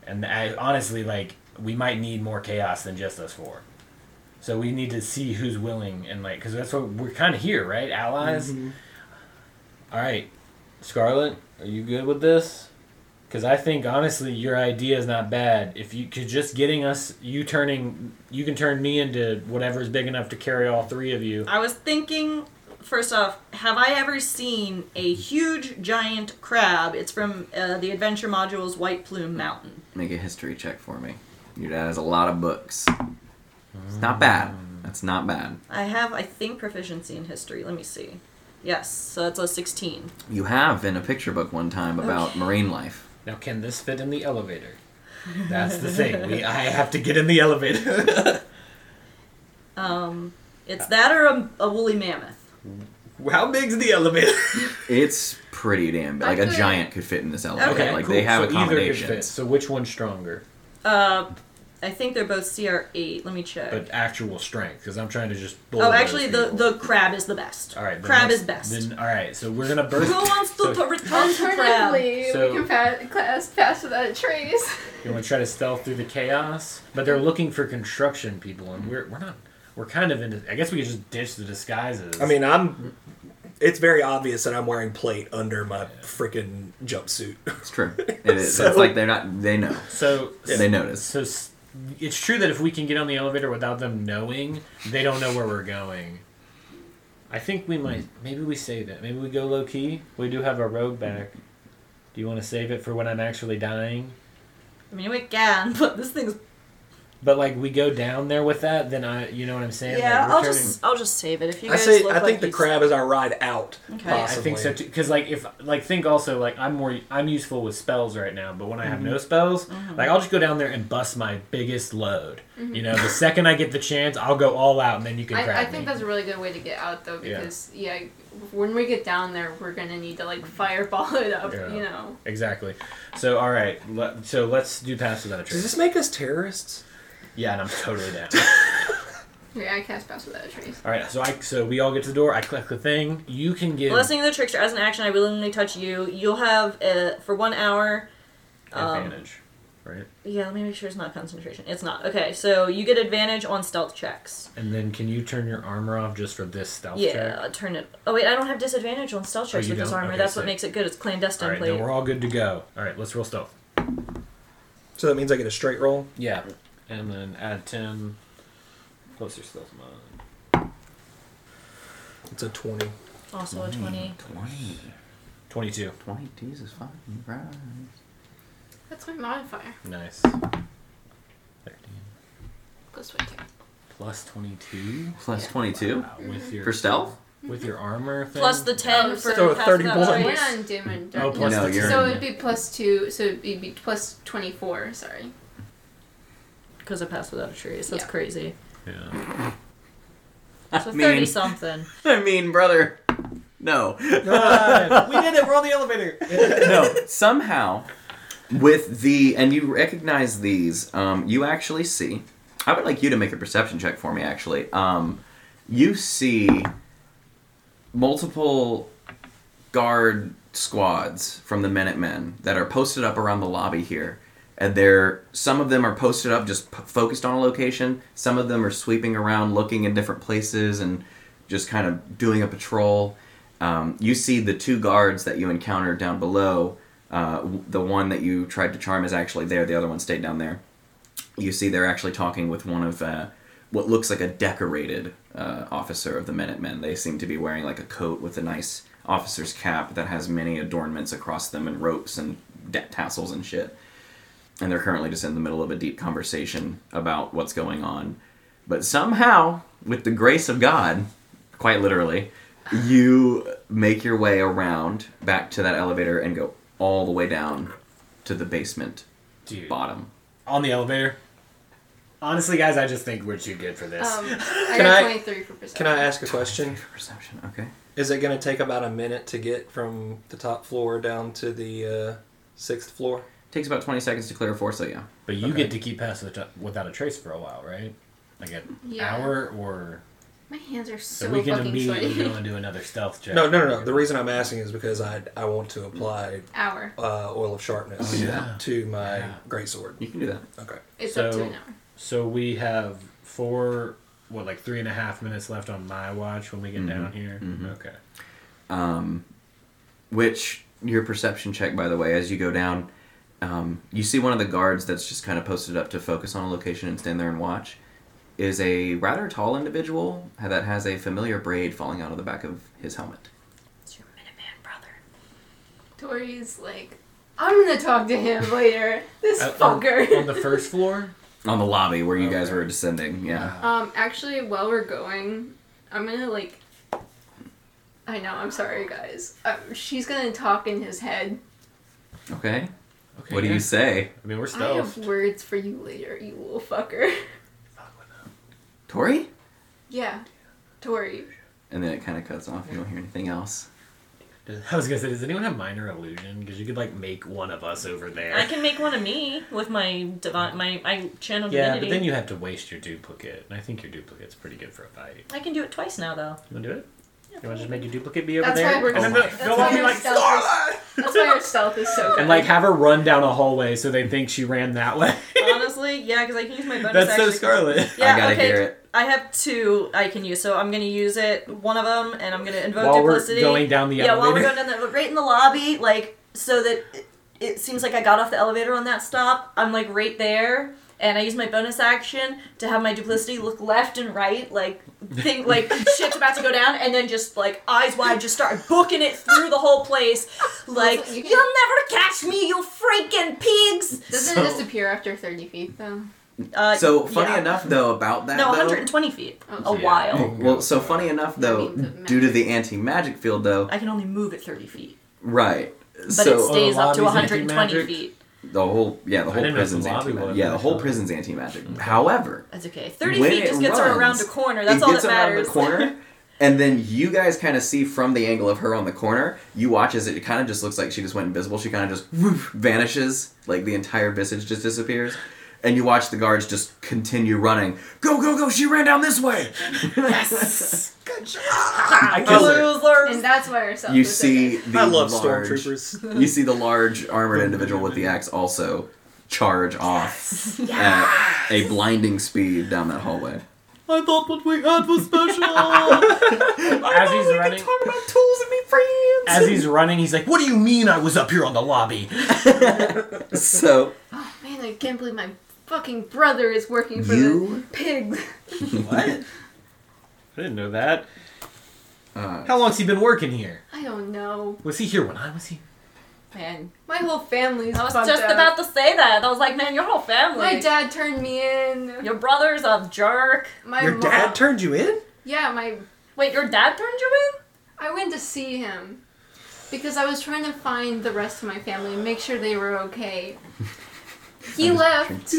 And I, honestly, like we might need more chaos than just us four. So we need to see who's willing and like, because that's what we're kind of here, right? Allies. All right, Scarlet, are you good with this? Because I think honestly, your idea is not bad. If you could just getting us, you turning, you can turn me into whatever is big enough to carry all three of you.
I was thinking, first off, have I ever seen a huge giant crab? It's from uh, the Adventure Module's White Plume Mountain.
Make a history check for me. Your dad has a lot of books. It's not bad. That's not bad.
I have, I think, proficiency in history. Let me see. Yes, so that's a 16.
You have in a picture book one time about
Okay.
marine life.
Now, can this fit in the elevator? That's the thing. We, I have to get in the elevator.
Um, it's that or a, a woolly mammoth.
How big's the elevator?
It's pretty damn big. Like a
Okay.
giant could fit in this elevator.
Okay,
like they have
so either could fit.
accommodations.
So which one's stronger?
Uh, I think they're both CR8. Let me check.
But actual strength, because I'm trying to just.
oh,
bulldoze
actually, the,
people.
the crab is the best.
all right. then
crab
let's-
is best.
Then all right. So we're gonna
Who
burst.
wants to
so-
t- return to crab?
Alternatively,
So-
we can pass, class, pass without a trace.
You want to try to stealth through the chaos, but they're looking for construction people, and we're we're not. We're kind of into. I guess we could just ditch the disguises.
I mean, I'm. It's very obvious that I'm wearing plate under my freaking jumpsuit.
It's true. It is.
So-
It's like they're not. They know.
so
They notice.
So s- it's true that if we can get on the elevator without them knowing, they don't know where we're going. I think we might. Maybe we save it. Maybe we go low key. We do have our rogue back. Do you want to save it for when I'm actually dying?
I mean, we can, but this thing's
But like we go down there with that, then I, you know what I'm saying?
yeah,
Like,
I'll
returning-
just I'll just save it if you
I
guys
say
look
I think
like
the
you-
crab is our ride out.
Okay.
I
Possibly.
think so too. Because like if like think also like I'm more I'm useful with spells right now, but when I have
Mm-hmm.
no spells, like I'll just go down there and bust my biggest load. You know, the second I get the chance, I'll go all out, and then you can grab
Mm-hmm. I, I think
me.
that's a really good way to get out though
Yeah.
because yeah. when we get down there we're gonna need to like fireball it up
Yeah.
you know
Exactly. So all right, let, so let's do pass without a
Does
trace.
this make us terrorists?
Yeah, and I'm totally down.
yeah I cast pass without a trace
all right, so I so we all get to the door. I click the thing. You can give
Listening to the trickster as an action, I willingly touch you. You'll have uh, for one hour. um,
advantage, right?
Yeah, let me make sure it's not concentration. It's not. Okay, so you get advantage on stealth checks.
And then can you turn your armor off just for this stealth
yeah,
check? Oh,
turn it. Oh wait, I don't have disadvantage on stealth checks
you
with this
don't?
armor.
Okay,
That's what
sick.
makes it good. It's
All
clandestine
right,
plate.
then we're all good to go. All right, let's roll stealth.
So that means I get a straight roll.
Yeah. And then add 10. Closer still to mine.
It's a twenty.
also a
Mm.
twenty.
20.
22.
20 Jesus fucking Christ.
that's my modifier
Nice. 13.
plus twenty two
Plus 22?
Plus 22?
Wow, with your
For stealth?
With your armor thing?
Plus the ten
Oh,
for
so
pass
30
without
bullets.
trace.
and dim and dark
Oh, plus
No,
the
you're-
10.
so it'd be plus two so it'd be plus twenty four sorry
Because I passed without a trace. That's
Yeah.
crazy.
yeah.
So
mean-
thirty something.
I mean, brother. No.
we did it! We're on the elevator!
no. Somehow, with the, and you recognize these, um, you actually see, I would like you to make a perception check for me, actually. Um, you see multiple guard squads from the Minutemen that are posted up around the lobby here. And they're some of them are posted up just p- focused on a location. Some of them are sweeping around, looking in different places, and just kind of doing a patrol. Um, you see the two guards that you encountered down below. Uh, w- the one that you tried to charm is actually there. The other one stayed down there. You see they're actually talking with one of uh, what looks like a decorated uh, officer of the Minutemen. They seem to be wearing like a coat with a nice officer's cap that has many adornments across them and ropes and da- tassels and shit. And they're currently just in the middle of a deep conversation about what's going on. But somehow, with the grace of God, quite literally, you make your way around back to that elevator and go all the way down to the basement
Dude.
bottom.
On the elevator? Honestly, guys, I just think we're too good for this.
um I
Can
got
I-
twenty three for percent
Can I ask a question?
Perception, okay.
Is it going to take about a minute to get from the top floor down to the uh, sixth floor?
Takes about 20 seconds to clear a floor, so yeah.
but you
okay.
get to keep pass without without a trace for a while, right? Like an
Yeah.
hour or.
my hands are so,
So, we can
fucking
immediately go
sweaty
and do another stealth check.
No, no, no, no. The reason I'm asking is because I I want to apply
hour
uh, oil of sharpness
Oh, yeah.
to my
Yeah.
great sword.
You can do that.
Okay.
it's up to
So-
an hour
So we have four, what, like three and a half minutes left on my watch when we get down here. Okay.
Which, your perception check, by the way, as you go down, um, you see one of the guards that's just kind of posted up to focus on a location and stand there and watch is a rather tall individual that has a familiar braid falling out of the back of his helmet.
It's your Minuteman brother.
Tori's like I'm gonna talk to him later this
Uh, on-
fucker
on the first floor?
On the lobby where you guys
Okay.
were descending, yeah.
Um, actually, while we're going, I'm gonna like. I know. I'm sorry, guys. Um, she's gonna talk in his head.
Okay.
Okay,
what do
yeah.
you say?
I mean, we're
I have
stealth.
words for you later, you little fucker.
Tori?
yeah, Tori.
And then it kind of cuts off. You don't hear anything else.
Does- I was gonna say, does anyone have minor illusion? Because you could like make one of us over there.
I can make one of me with my divine my my channel
yeah,
divinity.
but then you have to waste your duplicate, and I think your duplicate's pretty good for a fight.
I can do it twice now though.
You wanna do it? You wanna just make your duplicate be over
That's
there?
why we're
and then
just-
they'll-
that's
they'll
why
all be
we're
like,
stealth.
"Scarlet!"
That's why her stealth is so good.
and like have her run down a hallway so they think she ran that way.
Honestly, yeah, because I can use my bonus
That's
action.
so Scarlet.
Yeah,
I gotta
okay.
hear it.
I have two I can use, so I'm gonna use it one of them, and I'm gonna invoke
While we're
duplicity.
going down the
yeah, while we're
elevator.
going down the right in the lobby, like so that it, it seems like I got off the elevator on that stop. I'm like right there, and I use my bonus action to have my duplicity look left and right, like think like shit's about to go down, and then just like eyes wide, just start booking it through the whole place, like
You can-
you'll never catch me, you freaking pigs.
Doesn't
So-
it disappear after 30 feet though?
Uh,
So funny
yeah.
enough though about that. Oh.
No,
though-
120 feet. A
Yeah.
while.
Well, so funny enough though,
mean, the
due to the anti magic field though,
I can only move at 30 feet,
right?
but
so oh,
it stays up to
lobby's
120
anti-magic.
feet.
the whole yeah the whole
didn't know if the
prison's
lobby
anti magic.
was,
Yeah, the whole
actually.
prison's anti magic. However,
That's okay. 30
When
feet
it
just gets her around
runs,
a corner. That's
it
all
gets
that
around
matters.
the corner, and then you guys kind of see from the angle of her on the corner. You watch as it kind of just looks like she just went invisible. She kind of just woof, vanishes, like the entire visage just disappears. And you watch the guards just continue running. Go, go, go! She ran down this way.
yes. Good job.
I killed her.
And
Losers.
that's why herself.
You see the
I love
large-
stormtroopers.
You see the large armored individual with the axe also charge off at a blinding speed down that hallway.
I thought what we had was special. as he's running,
about tools and be friends.
as he's running, he's like, "What do you mean I was up here on the lobby?"
so
Oh man, I can't believe my fucking brother is working for
You?
the pigs.
what? I didn't know that.
uh,
How long's he been working here?
I don't know,
Was he here when I was here?
man. My whole family's.
I was
fucked
just
up.
about to say that. I was like, man, your whole family.
My dad turned me in.
Your brother's a jerk.
My
Your
mom,
dad turned you in?
Yeah, my.
Wait, your dad turned you in?
I went to see him because I was trying to find the rest of my family and make sure they were okay. He left.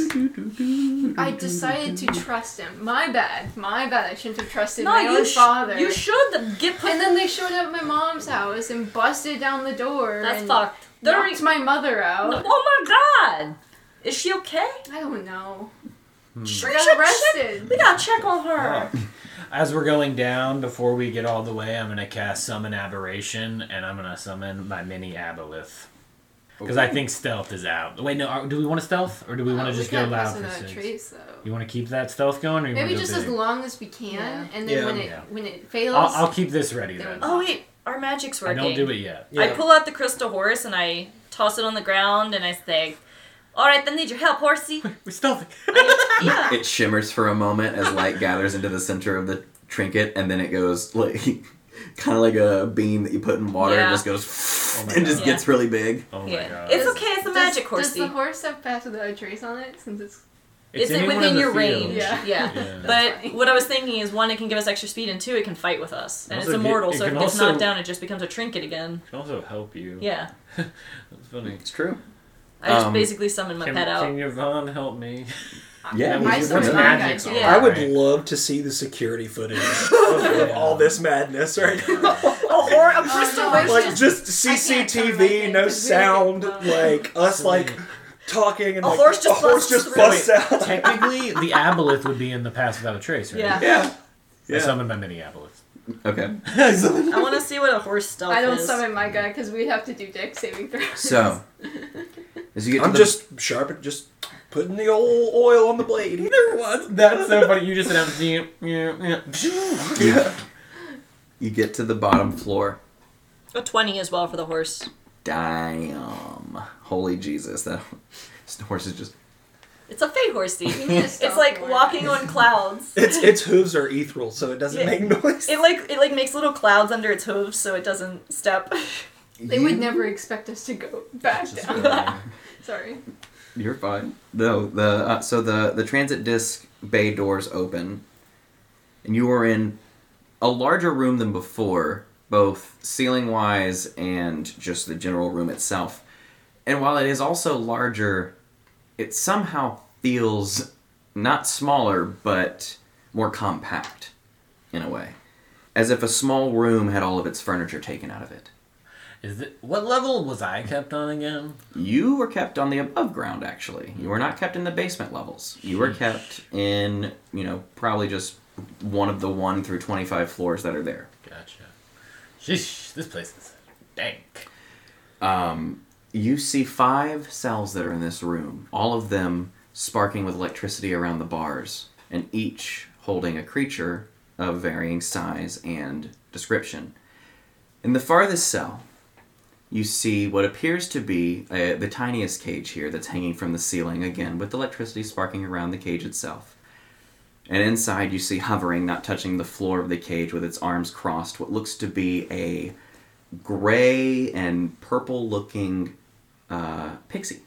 I decided to trust him. My bad. My bad. I shouldn't have trusted my own
sh-
father.
You should get put.
and then they showed up at my mom's house and busted down the door.
That's
and
fucked. They're-
Knocked my mother out.
Oh my god! Is she okay?
I don't know.
She
I
we
got
should
arrested.
Check, we gotta check on her.
As we're going down, before we get all the way, I'm gonna cast summon aberration, and I'm gonna summon my mini aboleth. Because I think stealth is out. Wait, no. Are, do we want to stealth, or do
Uh,
we want
Oh,
to just go
can't
loud
listen
for
to that
six?
trace, though.
You want to keep that stealth going, or you
Maybe
want
just
to go
as
big?
long as we can,
Yeah.
and then
Yeah.
when it
Yeah.
when it fails,
I'll, I'll keep this ready then.
There
Oh wait, our magic's
I
working.
don't do it yet.
I pull out the crystal horse and I toss it on the ground and I say, "All right, then need your help, horsey."
We're stealthy.
yeah.
it shimmers for a moment as light gathers into the center of the trinket, and then it goes like kind of like a beam that you put in water
Yeah.
and just goes
Oh my
and just
God.
gets really big.
Oh my
yeah.
god.
It's okay. It's a
Does-
magic
Does
horsey.
the horse have pass without a trace on it? Since it's
Is it
anyone in
within
the
your
field.
range?
Yeah.
Yeah.
But
That's fine.
what I was thinking is one, it can give us extra speed, and two, it can fight with us, and
Also,
it's
it-
immortal.
it
so if
can
it gets
also-
knocked down, it just becomes a trinket again.
It can also help you.
Yeah,
That's funny.
It's true.
I just
Um,
basically summoned my
Can,
pet out.
can Yvonne help me?
Yeah,
I
you
saw
can.
that.
magic's
Yeah.
on,
I would
right?
love to see the security footage of all this madness right now.
Oh, or a
crystal no. horse.
like just
I can't turn my
CCTV,
thing,
no
'cause we don't
sound,
get
like us like talking and
A
like,
horse just
a
busts
horse just
through.
busts out.
Technically, the aboleth would be in the pass without a trace, right?
Yeah.
Yeah.
I summoned my mini aboleth.
Okay.
I want to see what a horse stealth
I don't
is.
summon my guy because we have to do deck saving throws.
So as you get to
I'm
the-
just sharp just putting the old oil on the blade. Either one.
That's so funny. You just announced you. Yeah, yeah.
yeah, you get to the bottom floor.
A twenty as well for the horse.
Damn. Holy Jesus. That this horse is just.
It's a fey horsey.
We need to
It's
stop
like
for it.
walking on clouds.
Its its hooves are ethereal, so it doesn't
Yeah.
make noise.
It like it like makes little clouds under its hooves so it doesn't step.
They would never expect us to go back down. Sorry.
You're fine. No, the uh, so the the transit disc bay doors open, and you are in a larger room than before, both ceiling wise and just the general room itself. And while it is also larger, it somehow feels not smaller but more compact in a way, as if a small room had all of its furniture taken out of it.
Is it, what level was I kept on again?
You were kept on the above ground, actually. You were not kept in the basement levels. You were kept in, you know, probably just one of the 1 through 25 floors that are there.
Gotcha. Sheesh, this place is dank.
You see five cells that are in this room, all of them sparking with electricity around the bars, and each holding a creature of varying size and description. In the farthest cell, you see what appears to be uh, the tiniest cage here that's hanging from the ceiling, again with electricity sparking around the cage itself. And inside, you see hovering, not touching the floor of the cage with its arms crossed, what looks to be a gray and purple looking uh, pixie.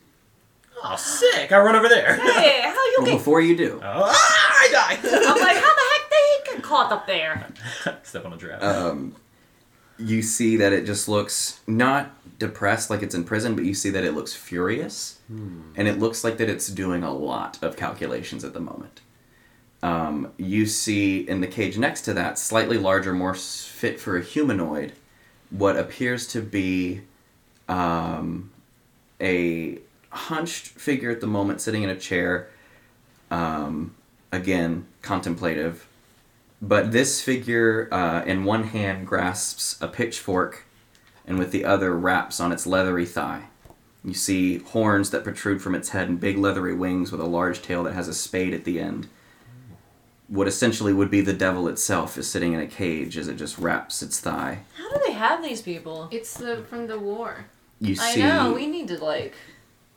Oh, sick! I run over there.
Hey, how you
Well,
get?
before you do,
Oh, ah, I die.
I'm like, how the heck they get caught up there?
Step on a giraffe.
um, you see that it just looks not depressed like it's in prison, but you see that it looks furious, and it looks like that it's doing a lot of calculations at the moment. Um, you see in the cage next to that, slightly larger, more s- fit for a humanoid, what appears to be um, a hunched figure at the moment, sitting in a chair. Um, again, contemplative, but this figure, uh, in one hand, grasps a pitchfork and with the other raps on its leathery thigh. You see horns that protrude from its head and big leathery wings with a large tail that has a spade at the end. What essentially would be the devil itself is sitting in a cage as it just wraps its thigh.
How do they have these people?
It's the from the war.
You
I
see,
know. We need to like.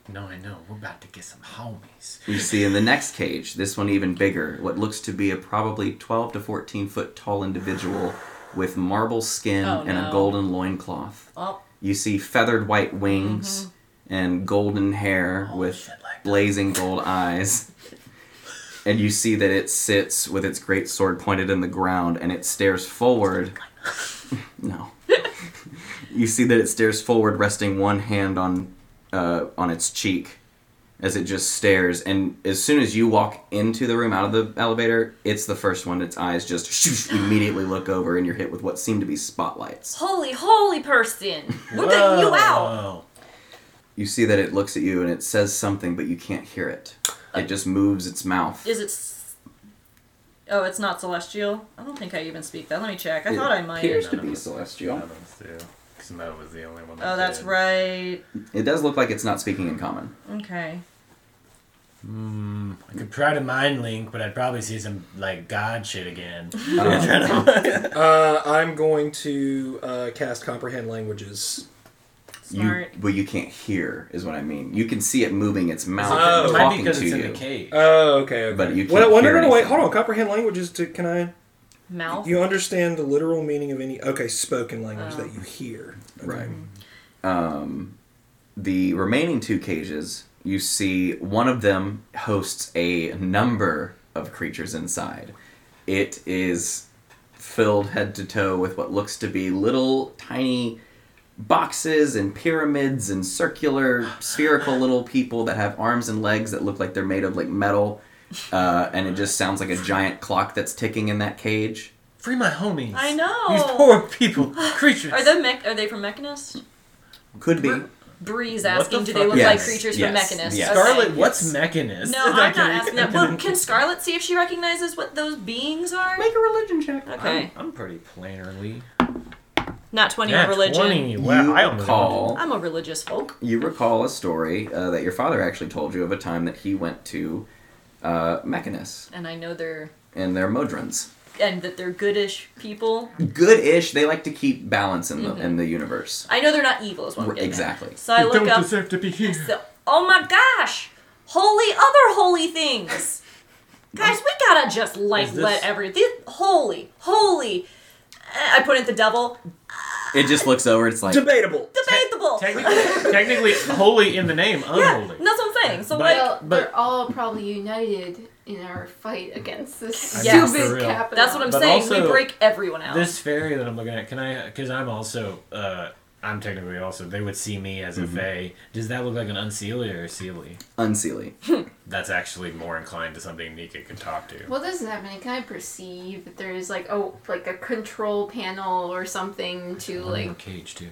no, I know. We're about to get some homies.
you see in the next cage, this one even bigger, what looks to be a probably 12 to 14 foot tall individual with marble skin
Oh,
and a
no.
golden loincloth.
Well,
You see feathered white wings and golden hair
Mm-hmm. Oh,
with
shit, like-
blazing gold eyes. And you see that it sits with its great sword pointed in the ground and it stares forward. no. you see that it stares forward, resting one hand on uh, on its cheek as it just stares. And as soon as you walk into the room out of the elevator, it's the first one. Its eyes just shoosh, immediately look over and you're hit with what seem to be spotlights.
holy, holy person! We're getting you out.
Whoa.
You see that it looks at you and it says something, but you can't hear it. It just moves its mouth.
Is it? s- Oh, it's not celestial. I don't think I even speak that. Let me check. I
It
thought I might.
appears to
None of
be
us-
celestial.
Because Mo was the only one. that
Oh, that's
did.
right.
It does look like it's not speaking in common.
Okay.
Hmm. I could try to mind link, but I'd probably see some like god shit again.
Uh, I'm going to uh, cast Comprehend Languages.
You,
Smart.
well, you can't hear is what I mean. You can see it moving its mouth
Oh.
and
it might be
talking
because
to
it's
you.
in the cage.
Oh, okay. okay.
But you
Wait,
can't
wait,
hear
no, no, no, wait.
anything.
Hold on. Comprehend Languages. To, can I?
Oh.
Mouth.
You understand the literal meaning of any? Okay, spoken language
Oh.
that you hear. Okay.
Right. Um, the remaining two cages, you see one of them hosts a number of creatures inside. It is filled head to toe with what looks to be little tiny boxes and pyramids and circular spherical little people that have arms and legs that look like they're made of like metal uh, and it just sounds like a giant clock that's ticking in that cage
Free my homies.
I know.
These poor people, creatures.
Are they mech? Are they from Mechanist?
could be
Breeze
What
asking,
the
do they
fuck?
look like
Yes,
creatures
yes,
from Mechanist?
yes.
Scarlet,
Okay.
what's mechanist?
No, I'm not
Can we-
asking that. Well, can Scarlet see if she recognizes what those beings are?
make a religion check
Okay.
I'm, I'm pretty plainly.
Not 20
Yeah,
on religion.
20. Wow,
You
I almost
call
I'm a religious folk.
you recall a story uh, that your father actually told you of a time that he went to uh, Mechanus
And I know they're.
and their Modrons.
And that they're goodish people.
Good-ish. They like to keep balance in the in the universe.
I know they're not evil, is what I'm
R-
getting at.
exactly.
So I look up.
deserve to be here.
So, oh my gosh! Holy other holy things! Guys, we gotta just like
Is
let
this-
everything. Holy, holy. Eh, I put it the devil.
It just looks over. It's like
Debatable.
Debatable!
Technically, technically, holy in the name,
yeah,
unholy.
that's what I'm saying. So,
But-
like,
well,
but-
they're all probably united in our fight against this
I mean,
stupid
for real.
capital.
that's what I'm
But
saying. we
also-
break everyone out.
This fairy that I'm looking at, can I? Because I'm also, uh, I'm technically also. They would see me as a fae. Does that look like an unseelie or a seelie?
unseelie.
That's actually more inclined to something Nika could talk to.
Well, doesn't that mean? Can I perceive that there is like oh, like a control panel or something to
One more
like?
cage too.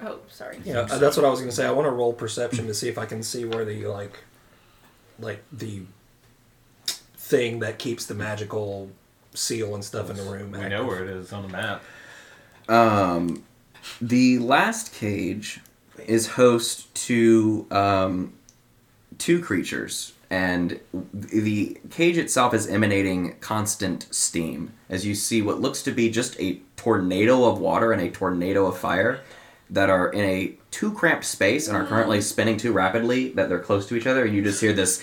Oh, sorry.
Yeah, uh, that's what I was gonna say. I want to roll perception to see if I can see where the like, like the thing that keeps the magical seal and stuff in the room.
We know where it is on the map.
Um, the last cage is host to um, two creatures, and the cage itself is emanating constant steam as you see what looks to be just a tornado of water and a tornado of fire that are in a too cramped space and are currently spinning too rapidly that they're close to each other, and you just hear this.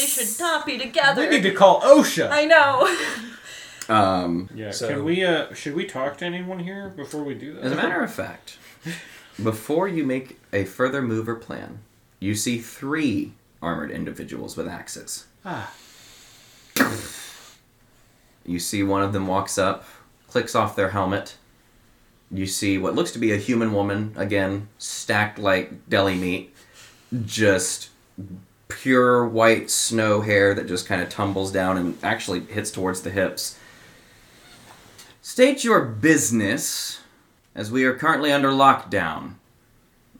They should not be together.
We need to call OSHA.
I know.
Um,
yeah.
So-
Can we? Uh, should we talk to anyone here before we do that?
As a matter of fact, before you make a further move or plan, you see three armored individuals with axes.
Ah.
You see one of them walks up, clicks off their helmet. You see what looks to be a human woman, again, stacked like deli meat, just pure white snow hair that just kind of tumbles down and actually hits towards the hips. State your business, as we are currently under lockdown.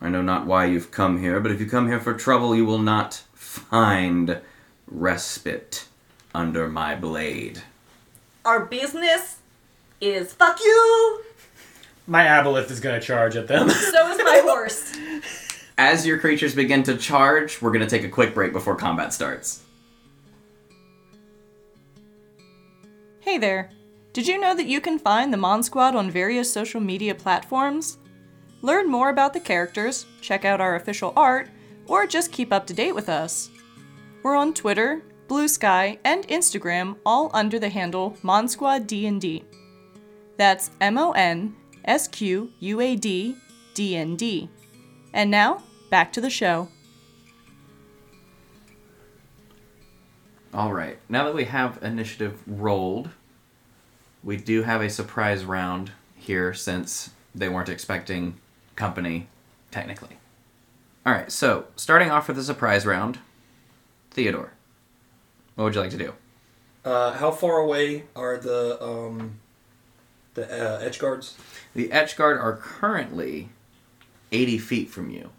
I know not why you've come here, but if you come here for trouble, you will not find respite under my blade.
Our business is fuck you.
My aboleth is gonna charge at them.
So is my horse.
As your creatures begin to charge, we're going to take a quick break before combat starts.
Hey there! Did you know that you can find the Mon Squad on various social media platforms? Learn more about the characters, check out our official art, or just keep up to date with us. We're on Twitter, Blue Sky, and Instagram, all under the handle Mon Squad D&D. That's M O N S Q U A D D N D. And now, back to the show.
All right. Now that we have initiative rolled, we do have a surprise round here since they weren't expecting company, technically. All right. So, starting off with the surprise round, Theodore, what would you like to do?
Uh, how far away are the um, the uh, edge guards?
The etch guard are currently 80 feet from you,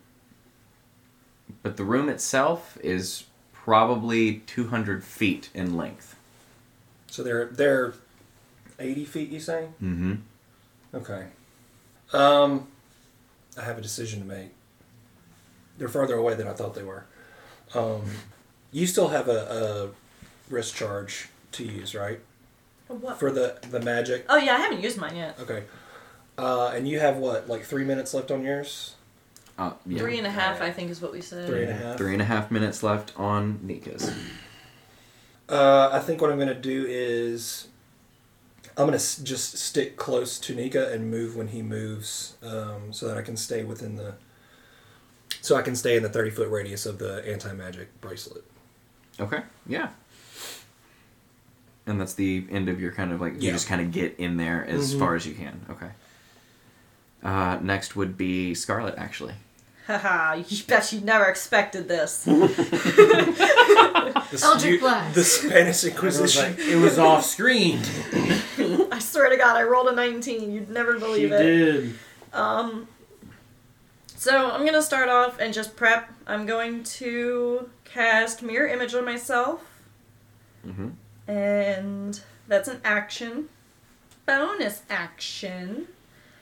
but the room itself is probably 200 feet in length.
So they're they're eighty feet. You say?
Mm-hmm.
Okay. Um, I have a decision to make. They're farther away than I thought they were. Um, you still have a, a wrist charge to use, right?
What?
For the the magic.
Oh yeah, I haven't used mine yet.
Okay. Uh, and you have what, like three minutes left on yours?
Uh, yeah.
Three and a half, I think, is what we said.
Three and a half.
Three and a half minutes left on Nika's.
Uh, I think what I'm gonna do is I'm gonna s- just stick close to Nika and move when he moves, um, so that I can stay within the. So I can stay in the 30 foot radius of the anti magic bracelet.
Okay. Yeah. And that's the end of your kind of like you
Yeah.
just kind of get in there as far as you can. Okay. Uh, next would be Scarlet, actually.
Haha, you bet you never expected this.
The,
Eldritch Blast.
the Spanish
it, was
Inquisition.
like, it was off screen.
I swear to God, I rolled a 19. You'd never believe
she
it.
did.
Um, so I'm gonna start off and just prep. I'm going to cast mirror image on myself,
Mhm.
and that's an action. Bonus action.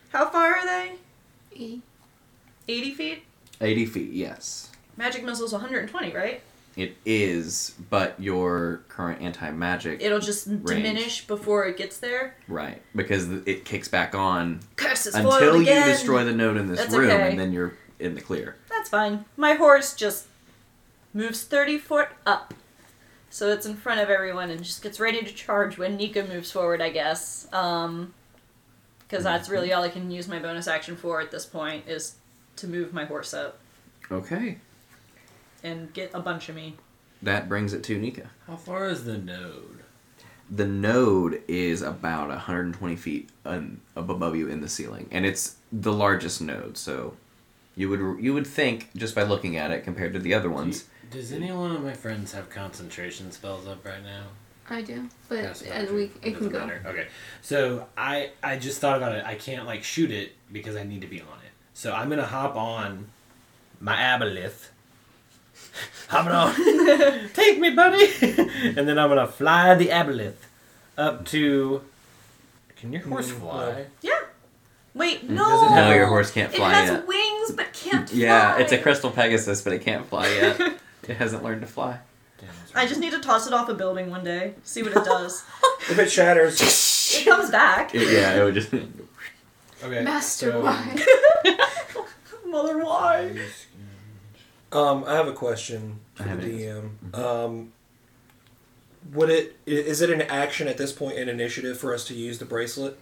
How far are they?
E.
80 feet.
Eighty feet. Yes,
Magic missile's 120, right?
it is. But your current anti magic,
It'll just diminish before it gets there.
right? Because th- it kicks back on
Curse is foiled
until you
again.
destroy the node in this
That's
room,
okay.
and then you're in the clear.
That's fine. My horse just moves 30 foot up. So it's in front of everyone and just gets ready to charge when Nika moves forward, I guess. Um, because
Mm-hmm.
that's really all I can use my bonus action for at this point is to move my horse up
Okay,
and get a bunch of me.
that brings it to Nika.
How far is the node?
the node is about 120 feet un- up above you in the ceiling, and it's the largest node. So, you would you would think just by looking at it compared to the other ones,
Does any one of my friends have concentration spells up right now?
I do, but
That's not
as
true.
we it can
doesn't
go.
matter. Okay, so I I just thought about it. I can't like shoot it because I need to be on it. So I'm gonna hop on my aboleth. Hop it on. Take me, buddy. and then I'm gonna fly the aboleth up to. Can your horse
Mm,
Um,
fly?
Yeah. Wait, no.
doesn't have-
no, your horse can't
It
fly
has
yet.
wings but can't fly.
Yeah, it's a crystal pegasus, but it can't fly yet. it hasn't learned to fly.
Damn, that's
I
right.
just need to toss it off a building one day, see what it does.
If it shatters,
it comes back.
It- yeah, it would just.
okay.
Master
so-
why?
Mother, why?
um, I have a question for
I have Mm-hmm.
the
an
DM. Um, would it i- is it an action at this point in initiative for us to use the bracelet?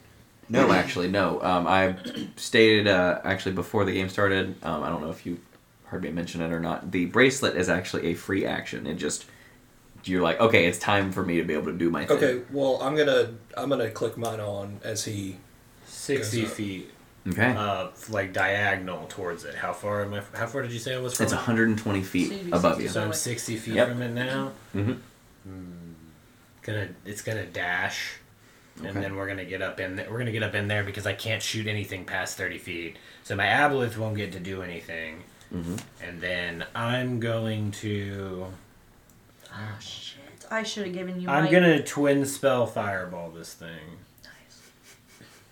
No, actually, no. Um, I stated uh, actually before the game started. Um, I don't know if you heard me mention it or not, the bracelet is actually a free action. It just you're like, okay, it's time for me to be able to do my thing.
Okay, well, I'm gonna I'm gonna click mine on as he.
60
Goes up.
feet,
Okay.
uh, like diagonal towards it. How far am I? How far did you say I was from
it's
it?
120 feet
So you'd be
above you.
So I'm 60 feet
Yep.
from it now.
Mhm.
Hmm. Gonna, it's gonna dash, and
Okay.
then we're gonna get up in. Th- we're gonna get up in there because I can't shoot anything past 30 feet. So my aboleth won't get to do anything.
Mhm.
And then I'm going to.
Oh shit! I should have given you.
I'm
my...
gonna twin spell fireball this thing.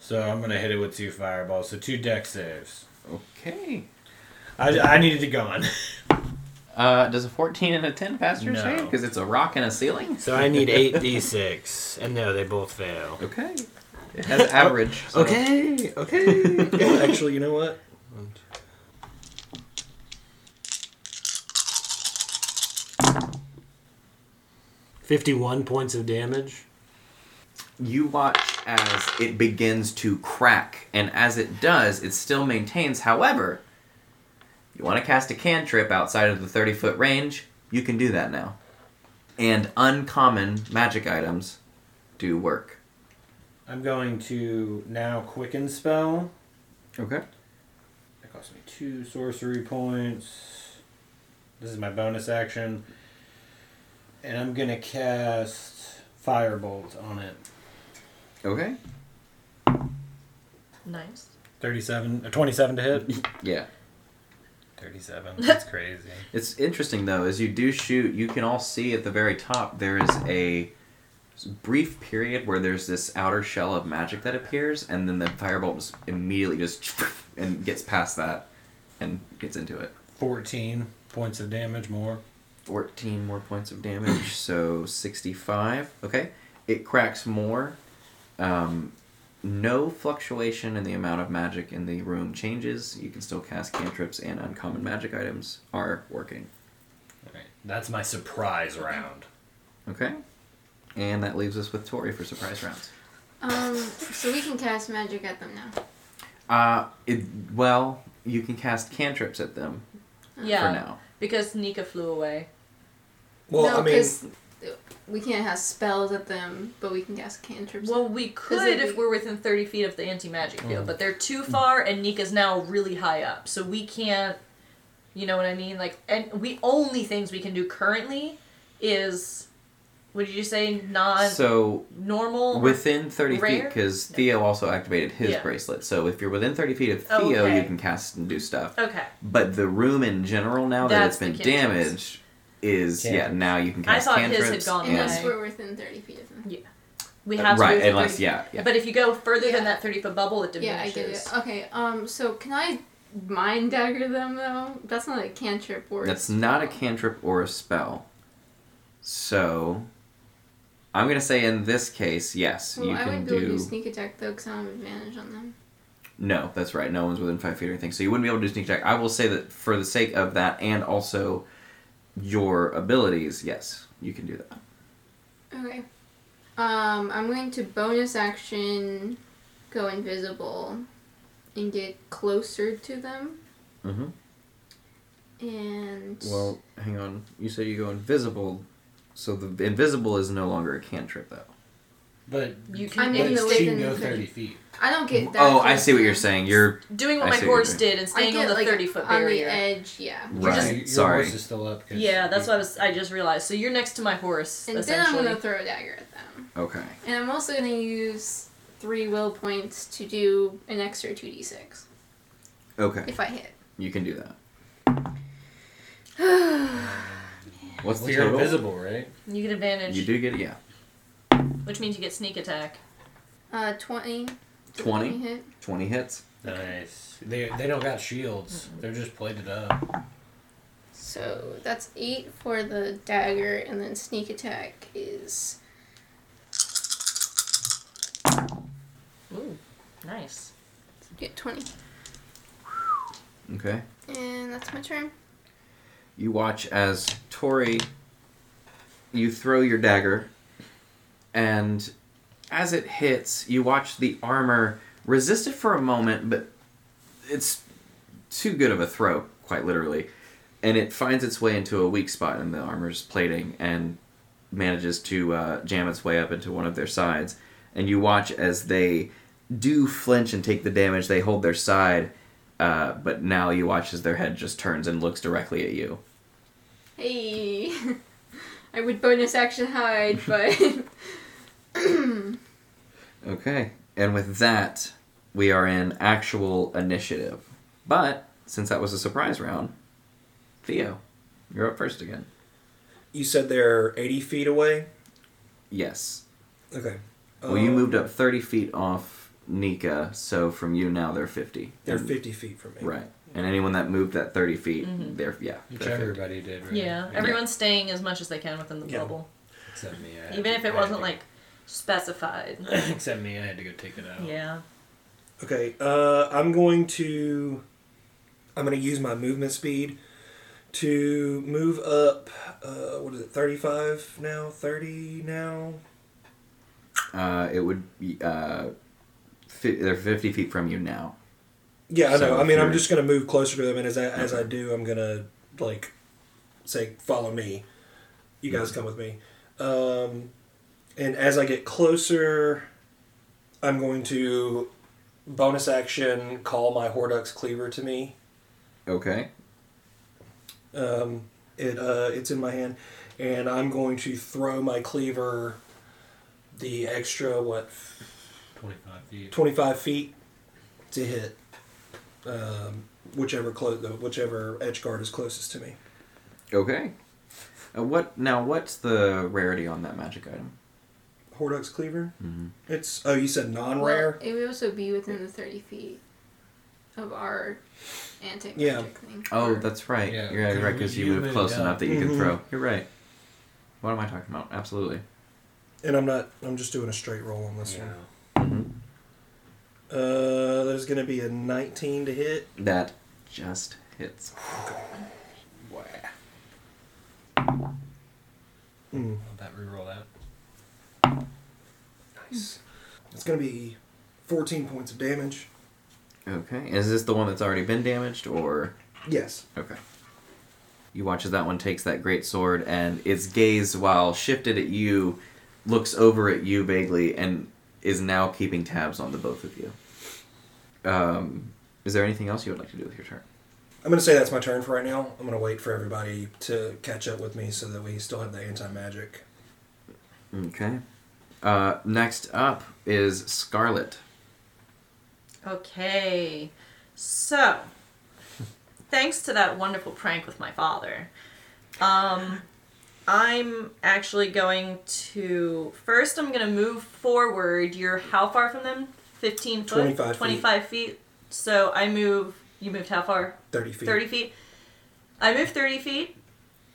So I'm gonna hit it with two fireballs. So two deck saves.
Okay.
I, I needed to go on.
Uh, does a 14 and a 10 pass your
No.
save? Because it's a rock and a ceiling.
So I need eight d6, and no, they both fail.
Okay. It has average. so-
Okay, okay.
Well, actually, you know what?
Fifty-one points of damage.
You watch as it begins to crack, and as it does, it still maintains. However, you want to cast a cantrip outside of the 30 foot range, you can do that now. And uncommon magic items do work.
I'm going to now quicken spell.
Okay.
That cost me two sorcery points. This is my bonus action, and I'm gonna cast firebolt on it.
Okay.
Nice.
Thirty-seven, uh, twenty-seven to hit.
Yeah.
Thirty-seven. That's crazy.
It's interesting though, as you do shoot, you can all see at the very top there is a brief period where there's this outer shell of magic that appears, and then the firebolt just immediately just and gets past that and gets into it.
Fourteen points of damage more.
14 more points of damage, so 65. Okay, it cracks more. Um, no fluctuation in the amount of magic in the room changes. You can still cast cantrips, and uncommon magic items are working.
All right. That's my surprise round.
Okay. And that leaves us with Tori for surprise rounds.
Um, so we can cast magic at them now.
Uh, it, well, you can cast cantrips at them
Oh.
for now.
because Nika flew away.
Well,
no,
I mean,
'cause we can't have spells at them, but we can cast cantrips.
Well, we could
it'd
if
be-
we're within 30 feet of the anti magic
Mm.
field, but they're too far, and Nika's now really high up, so we can't. You know what I mean? Like, and we only things we can do currently is, what did you say, non
So
normal?
within 30 feet,
Uh, Rare?
because
No.
Theo also activated his
Yeah.
bracelet. So if you're within 30 feet of
Oh,
Theo, you
okay.
can cast and do stuff.
okay.
But the room in general, now that it's been
That's the cantrips.
damaged, is yeah.
Cantrips.
Now you can
I
cast
thought his had
cantrips.
gone
and-
unless
away.
we're within 30 feet of them.
We have to
Uh, right,
move to
unless
30
yeah, yeah.
But if you go further
Yeah.
than that 30 foot bubble, it
Yeah, I
diminishes.
get it. Okay, um, so can I mind dagger them though? That's not a cantrip or a
That's not a
spell.
cantrip or a spell. So, I'm gonna say in this case, yes,
Well,
you
I
can
wouldn't be able to
do.
do sneak attack though, because I don't have advantage on them.
No, that's right. No one's within five feet or anything, so you wouldn't be able to do sneak attack. I will say that for the sake of that, and also your abilities, yes, you can do that.
Okay. Um, I'm going to bonus action go invisible and get closer to them.
Mm-hmm.
And
Well, hang on. You say you go invisible, so the invisible is no longer a cantrip, though.
But
You
but
can
I'm in
make
the
she can
within
go
30
thirty feet.
I don't get that.
oh, I
close
see what
to
you're
them.
saying. You're
doing
I
what my
see what you're
horse
doing.
did and
I
staying
get
on the
like
30 foot
on the
barrier.
edge. Yeah.
Right.
Your- your
sorry.
horse is still up. 'cause
yeah, that's
you-
what I was. I just realized. So you're next to my horse,
And then I'm
essentially.
gonna throw a dagger at them.
okay.
And I'm also gonna use three will points to do an extra two d six
Okay,
if I hit.
you can do that.
Uh,
What's
Well,
the
you're
total?
invisible, right?
You get advantage,
You do get yeah.
which means you get sneak attack.
Uh, twenty. Does
20?
Hit.
Twenty hits.
Nice. They they don't got shields. They're just plated up.
So that's eight for the dagger, and then sneak attack is
Ooh, nice.
get twenty.
Okay.
And that's my turn.
You watch as Tori. You throw your dagger, and as it hits, you watch the armor resist it for a moment, but it's too good of a throw, quite literally. and it finds its way into a weak spot in the armor's plating and manages to uh, jam its way up into one of their sides. And you watch as they do flinch and take the damage. They hold their side, uh, but now you watch as their head just turns and looks directly at you.
Hey, I would bonus action hide, but
Okay. And with that, we are in actual initiative. But since that was a surprise round, Theo, you're up first again.
You said they're 80 feet away?
Yes.
Okay.
Well, you moved up 30 feet off Nika, so from you now they're 50.
They're
And-
50 feet from me.
Mm. Right. And anyone that moved that 30 feet, they're, yeah.
Which
they're 50.
everybody did, right?
Yeah, everyone's staying as much as they can within the
Yeah.
bubble,
Except me. I had
even
to-
if it
I had
wasn't
to-
like specified.
Except me, I had to go take it out.
Yeah.
Okay, uh, I'm going to. I'm going to use my movement speed to move up. Uh, what is it? 35 now? 30 now?
Uh, it would be, uh, fi- they're 50 feet from you now.
Yeah, I
So
know. I mean, I'm
you're-
just going to move closer to them, and as I, as I do, I'm going to like say, "Follow me." You
Mm-hmm.
guys come with me. Um, and as I get closer, I'm going to bonus action call my Hordux cleaver to me.
Okay.
Um, it uh, it's in my hand, and I'm going to throw my cleaver the extra what
25 feet.
25 feet to hit um, whichever clo- whichever edge guard is closest to me.
Okay. Uh, what Now, what's the rarity on that magic item?
Hordux cleaver. It's oh, you said non-rare.
it would also be within the thirty feet of our anti magic
Yeah.
thing.
Oh, that's right.
Yeah,
You're right,
because
because
you
you moved
moved
close
up.
enough that you
Mhm.
can throw. You're right. What am I talking about? Absolutely.
and I'm not. I'm just doing a straight roll on this
Yeah.
one. Uh, that is going to be a 19 to hit.
That just hits.
Wow.
Mm,
Let that reroll out.
nice. It's going to be 14 points of damage.
Okay. Is this the one that's already been damaged, or
Yes.
Okay. You watch as that one takes that great sword, and its gaze, while shifted at you, looks over at you vaguely and is now keeping tabs on the both of you. Um, is there anything else you would like to do with your turn?
I'm going to say that's my turn for right now. I'm going to wait for everybody to catch up with me so that we still have the anti magic.
Okay. Uh, next up is Scarlet.
Okay. So, thanks to that wonderful prank with my father, um, I'm actually going to first. I'm going to move forward. You're how far from them? Fifteen foot.
25 feet.
feet. So I move. You moved how far?
30 feet.
30 feet. I move 30 feet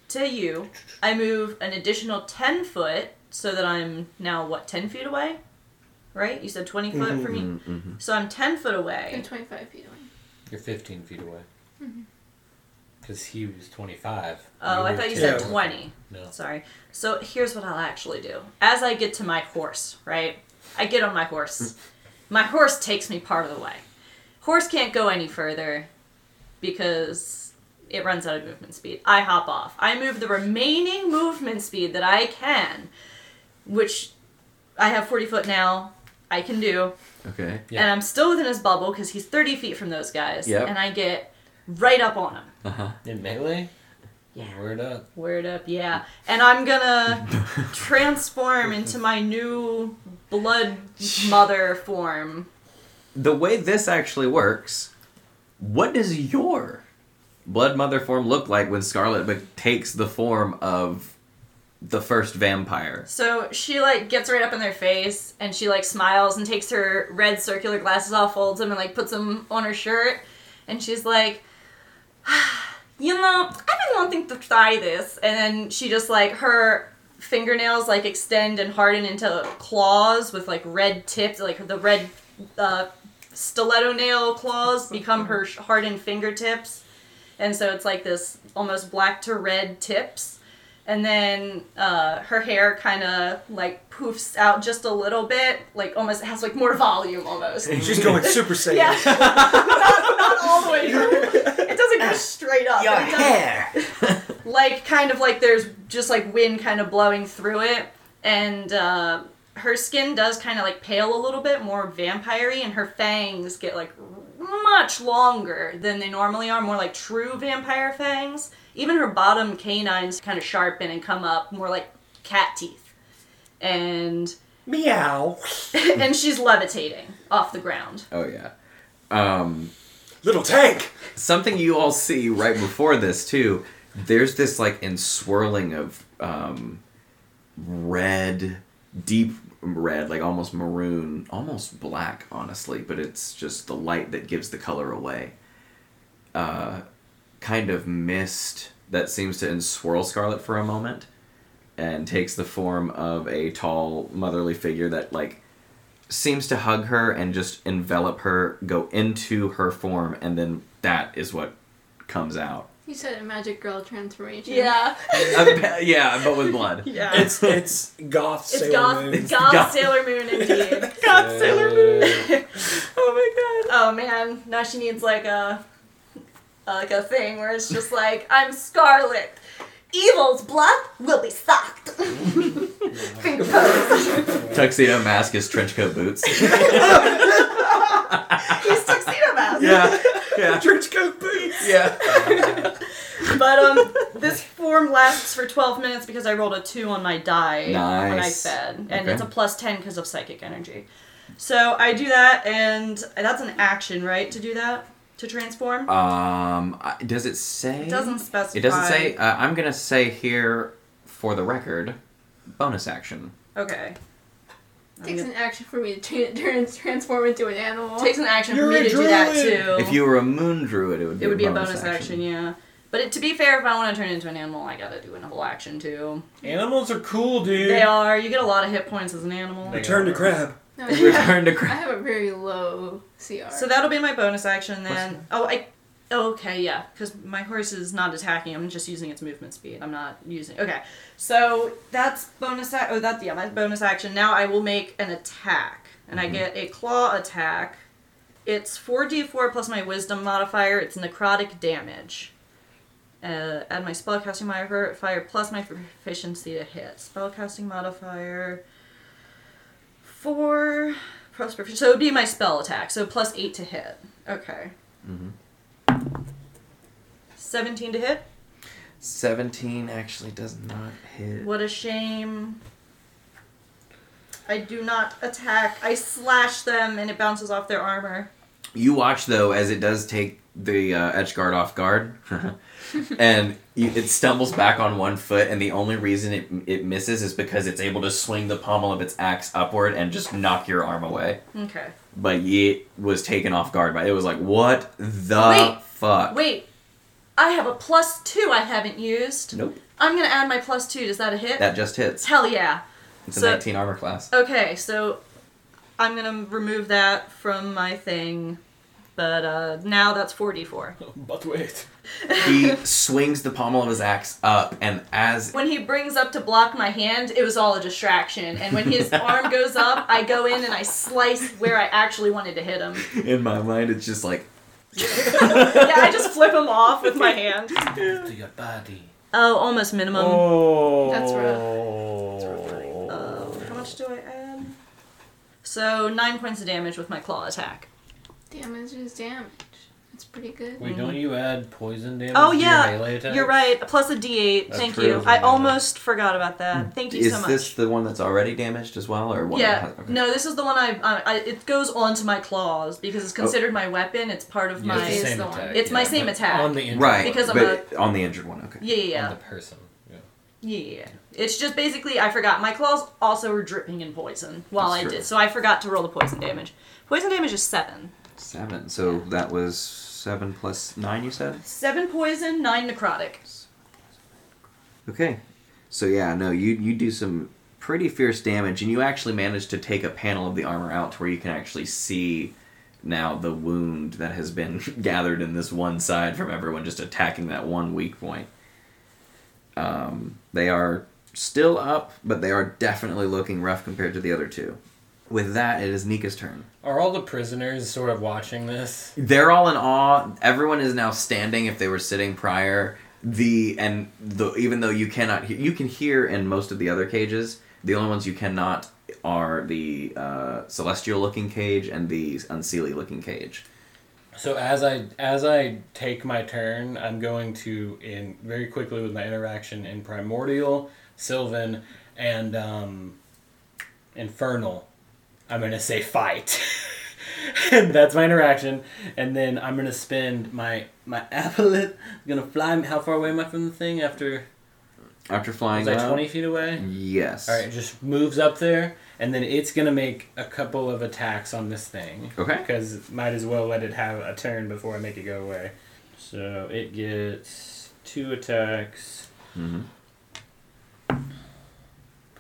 to you. I move an additional 10 foot so that I'm now, what, 10 feet away? Right? You said 20 foot for me? So I'm 10 foot
I'm
away.
twenty five feet away.
You're 15 feet away. Because he was 25.
Mm-hmm. Oh, I
were
thought you
10.
said 20.
No.
Sorry. So here's what I'll actually do. As I get to my horse, right? I get on my horse. my horse takes me part of the way. Horse can't go any further because it runs out of movement speed. I hop off. I move the remaining movement speed that I can, which I have 40 foot now. I can do.
Okay.
Yeah.
And I'm still within his bubble because he's 30 feet from those guys.
Yep.
And I get right up on him.
In melee?
Yeah.
Word up.
Word up, yeah. And I'm gonna transform into my new blood mother form.
The way this actually works, what does your Blood Mother form look like when Scarlet be- takes the form of the first vampire?
So she like gets right up in their face and she like smiles and takes her red circular glasses off, folds them, and like puts them on her shirt. And she's like, you know, I've been wanting to try this. And then she just like her fingernails like extend and harden into claws with like red tips, like the red uh, stiletto nail claws become her sh- hardened fingertips. And so it's like this almost black to red tips. And then uh, her hair kind of like poofs out just a little bit, like almost it has like more volume almost.
He's just going Super Saiyan.
Yeah, not, not all the way. down. It doesn't go straight up. but it does- like kind of like there's just like wind kind of blowing through it and uh, her skin does kind of like pale a little bit more vampire and her fangs get like much longer than they normally are more like true vampire fangs even her bottom canines kind of sharpen and come up more like cat teeth and
Meow.
and she's levitating off the ground
Oh yeah. Um,
Little tank.
something you all see right before this too. There's this like enswirling of um, red, deep red, like almost maroon, almost black, honestly. But it's just the light that gives the color away. Uh, kind of mist that seems to enswirl Scarlet for a moment, and takes the form of a tall, motherly figure that like seems to hug her and just envelop her, go into her form, and then that is what comes out.
You said a magic girl transformation.
yeah
Uh, yeah, but with blood.
yeah it's,
It's it's goth Sailor
goth,
Moon.
goth
goth.
sailor moon indeed
God, Sailor Moon.
Oh my god. Oh man, now she needs like a like a thing where it's just like I'm Scarlet. Evil's blood will be sucked. Finger pose.
Tuxedo mask is trench coat boots.
He's tuxedo mask.
yeah, yeah,
Trench coat boots.
yeah.
But um, this form lasts for 12 minutes because I rolled a two on my die when I
Nice.
fed, and
Okay.
it's a plus 10 because of psychic energy. So I do that, and that's an action, right? To do that, to transform.
Um, I- does it say?
it doesn't specify.
It doesn't say. Uh, I'm gonna say here for the record, bonus action.
Okay.
takes an action for me to tra- turn, transform into an animal.
takes an action
You're
for me
a
to do that
druid.
too.
If you were a moon druid, it would be,
Oh. it would
a,
be a
bonus
bonus action. yeah. But it, to be fair, if I want to turn into an animal, I gotta do an whole action too.
Animals are cool, dude.
They are. You get a lot of hit points as an animal.
They
Turn to crab.
no,
Return to
I
crap.
have a very low CR.
So that'll be my bonus action then. Oh, I. oh, okay, yeah. Because my horse is not attacking. I'm just using its movement speed. I'm not using. Okay, so that's bonus. Ac- oh, that's yeah. My bonus action. Now I will make an attack, and I get a claw attack. It's four d4 plus my wisdom modifier. It's necrotic damage. Uh, add my spellcasting modifier plus my proficiency to hit. Spellcasting modifier. Four plus proficiency. So it would be my spell attack. So plus eight to hit. Okay.
Mhm.
Seventeen to hit.
Seventeen actually does not hit.
What a shame. I do not attack. I slash them and it bounces off their armor.
You watch though as it does take the uh, edge guard off guard, and you, it stumbles back on one foot. And the only reason it it misses is because it's able to swing the pommel of its axe upward and just knock your arm away.
Okay.
But it was taken off guard by it was like what the
Wait.
fuck?
Wait. I have a plus two I haven't used.
Nope,
I'm gonna add my plus two. Does that a hit?
that just hits.
Hell yeah.
It's a
So-
19 armor class.
Okay, so I'm gonna remove that from my thing. But uh now that's four D four.
But wait.
he swings the pommel of his axe up, and as
When he brings up to block my hand, it was all a distraction. And when his arm goes up, I go in and I slice where I actually wanted to hit him.
in my mind it's just like
Yeah, I just flip him off with my hand.
To your body.
Oh, almost minimum.
Oh.
That's
Uh, how much do I add? So nine points of damage with my claw attack.
damage is damage. That's pretty good.
Wait, don't you add poison damage?
Mm-hmm. Oh
to your
yeah,
melee attack?
you're right. Plus a D8.
That's
Thank
true.
you. I almost forgot about that. Thank you
is
so much.
this the one that's already damaged as well, or one that
Yeah,
has- okay.
no, this is the one I've, I, I. It goes onto my claws because it's considered my weapon. It's part of
Oh. Yeah,
my.
it's the same
the
attack.
It's my
yeah,
same
but
attack.
On the injury.
Right,
Because I'm
but on the injured one. Okay.
Yeah,
On
yeah,
the person. Yeah.
yeah, yeah. It's just basically I forgot my claws also were dripping in poison while
That's
I
true.
did, so I forgot to roll the poison damage. Poison damage is seven.
Seven. So that was seven plus nine. You said.
Seven poison, nine necrotic.
Okay. So yeah, no, you you do some pretty fierce damage, and you actually manage to take a panel of the armor out to where you can actually see now the wound that has been gathered in this one side from everyone just attacking that one weak point. Um, they are still up, but they are definitely looking rough compared to the other two. With that, it is Nika's turn.
Are all the prisoners sort of watching this?
They're all in awe. Everyone is now standing if they were sitting prior. The and the even though you cannot hear, you can hear in most of the other cages. The only ones you cannot are the uh, celestial looking cage and the unseelie looking cage.
So as I as I take my turn, I'm going to in very quickly with my interaction in primordial, Sylvan, and um, infernal. I'm gonna say fight. and that's my interaction, and then I'm gonna spend my my applet. I'm gonna fly. How far away am I from the thing? After
After flying,
was I
up- Mm-hmm.
20 feet away?
Yes.
All right, just moves up there, and then it's gonna make a couple of attacks on this thing.
Okay.
Because might as well let it have a turn before I make it go away. So it gets two attacks.
Mhm.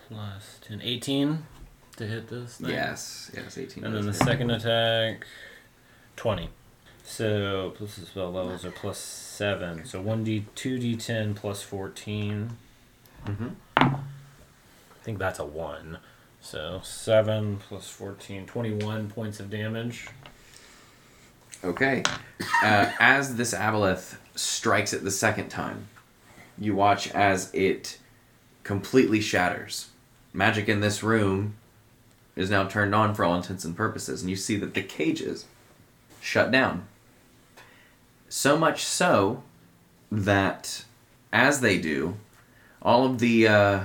Plus 10, 18 to hit this thing.
Yes. Yes. Eighteen.
And then the
does hit.
second attack, 20. So plus the spell levels are plus 7. So 1d, 2d10 plus 14. Mm-hmm.
Mhm.
I think that's a 1. So 7 plus 14, 21 points of damage.
Okay. Uh, as this aboleth strikes it the second time, you watch as it completely shatters. Magic in this room is now turned on for all intents and purposes, and you see that the cages shut down. So much so that as they do, all of the uh,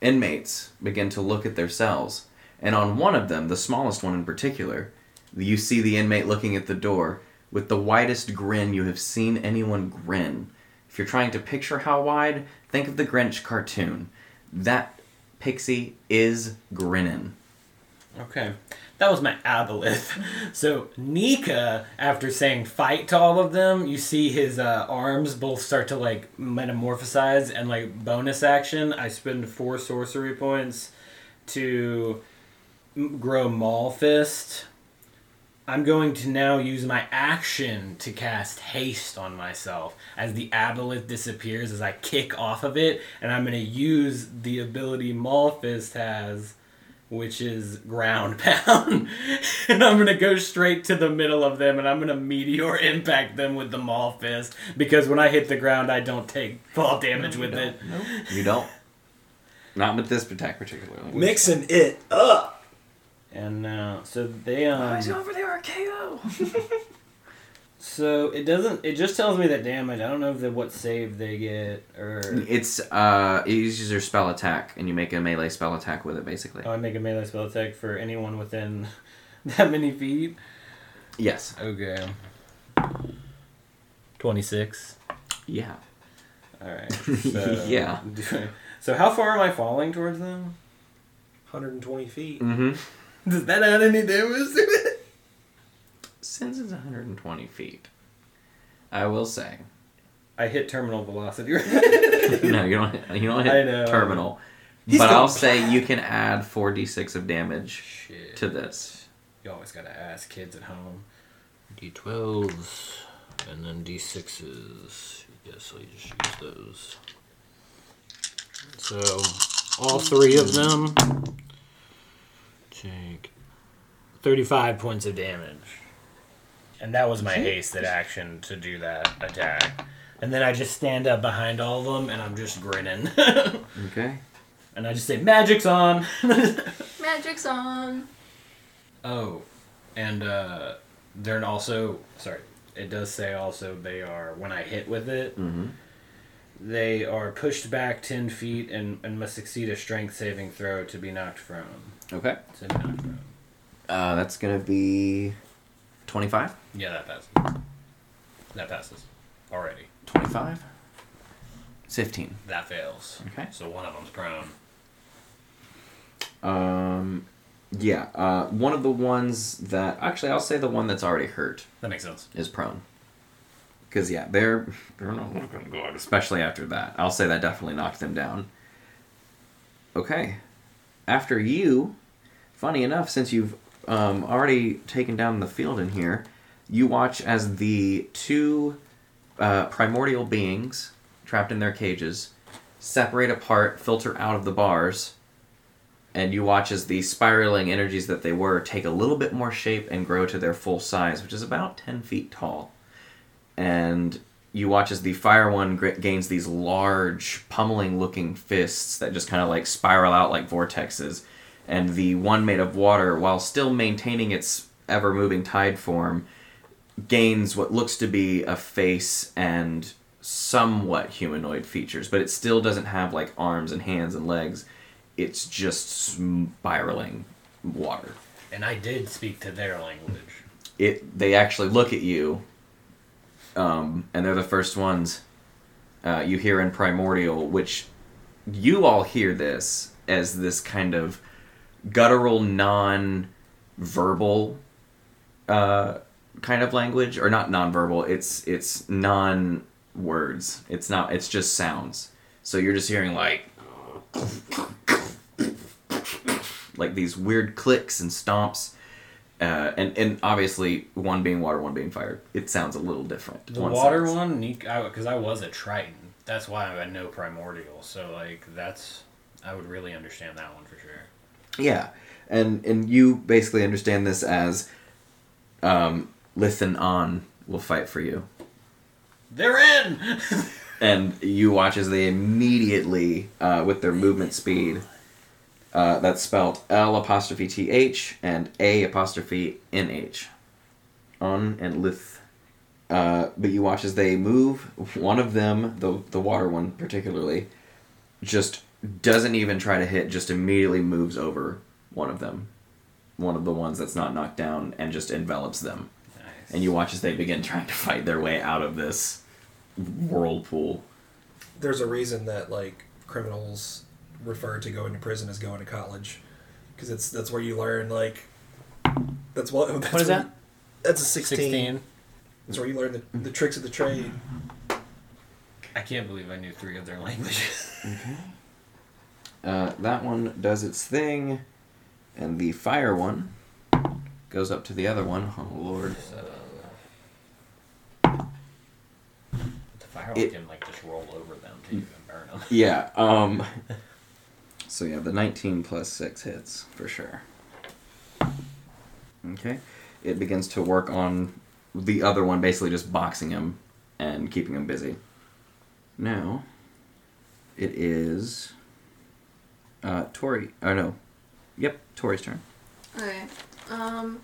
inmates begin to look at their cells, and on one of them, the smallest one in particular, you see the inmate looking at the door with the widest grin you have seen anyone grin. If you're trying to picture how wide, think of the Grinch cartoon. That pixie is grinning.
Okay. That was my aboleth. So Nika, after saying fight to all of them, you see his uh, arms both start to like metamorphosize and like bonus action. I spend four sorcery points to m- grow Maul Fist. I'm going to now use my action to cast haste on myself as the aboleth disappears as I kick off of it, and I'm going to use the ability Maul Fist has which is ground pound. and I'm gonna go straight to the middle of them and I'm gonna meteor impact them with the maul fist because when I hit the ground I don't take fall damage with it.
You don't. Not with this attack particularly.
Mixing it up.
And uh, so they um
over there are KO.
so it doesn't it just tells me that damage. I don't know if the, what save they get or
It's uh, it uses your spell attack, and you make a melee spell attack with it, basically.
oh, I make a melee spell attack for anyone within that many feet.
yes.
Okay. Twenty six.
Yeah.
All right. So,
Yeah.
So how far am I falling towards them?
120 feet.
Mm-hmm.
Does that add any damage to it?
Since it's 120 feet, I will say.
I hit terminal velocity.
no, you don't. You don't
I
hit
know.
terminal.
He's
but
gonna-
I'll say you can add four d six of damage
Shit.
to this.
You always gotta ask kids at home. D12s and then D6s. Yes, so you just use those. So, all three of them take 35 points of damage. And that was my haste that action to do that attack. And then I just stand up behind all of them and I'm just grinning.
Okay.
and I just say, Magic's on!
Magic's on.
Oh, and uh, they're also sorry. It does say also they are when I hit with it,
Mhm.
they are pushed back ten feet and, and must succeed a strength saving throw to be knocked prone.
Okay.
To be knocked prone.
Uh, that's gonna be twenty five.
Yeah, that passes. That passes already.
Twenty five. Fifteen.
That fails.
Okay.
So one of them's prone.
Um, yeah. Uh, one of the ones that actually I'll say the one that's already hurt
That makes sense.
is prone. Because yeah, they're they're not looking good, especially after that. I'll say that definitely knocked them down. Okay, after you, funny enough, since you've um, already taken down the field in here, you watch as the two uh, primordial beings trapped in their cages separate apart, filter out of the bars, and you watch as the spiraling energies that they were take a little bit more shape and grow to their full size, which is about 10 feet tall. And you watch as the fire one gr- gains these large, pummeling looking fists that just kind of like spiral out like vortexes. And the one made of water, while still maintaining its ever moving tide form, gains what looks to be a face and somewhat humanoid features, but it still doesn't have like arms and hands and legs. It's just spiraling water.
And I did speak to their language.
It they actually look at you, um, and they're the first ones uh, you hear in Primordial, which you all hear this as this kind of guttural, non-verbal uh, kind of language, or not non-verbal. It's it's non words. It's not. It's just sounds. So you're just hearing like like these weird clicks and stomps, uh, and and obviously one being water, one being fire. It sounds a little different.
The water
sounds-
one, because I, was a Triton. That's why I know Primordial. So, like, that's. I would really understand that one for sure.
Yeah, and and you basically understand this as, um, listen on will fight for you.
They're in!
and you watch as they immediately uh, with their movement speed uh, that's spelled l apostrophe t h and a apostrophe n h on and lith uh, but you watch as they move one of them the, the water one particularly just doesn't even try to hit just immediately moves over one of them one of the ones that's not knocked down and just envelops them
nice.
and you watch as they begin trying to fight their way out of this whirlpool
There's a reason that like criminals refer to going to prison as going to college, because it's that's where you learn like that's what that's
What is
where-
that?
That's a 16.
16.
That's where you learn the, the tricks of the trade.
I can't believe I knew three of their languages.
Uh, that one does its thing, and the fire one goes up to the other one. Oh lord!
the fire
It-
can, like, just roll over them to even burn them.
Yeah. Um. So yeah, the nineteen plus six hits for sure. Okay, it begins to work on the other one, basically just boxing him and keeping him busy. Now, it is uh, Tori. Oh no, yep, Tori's turn.
Okay. Um.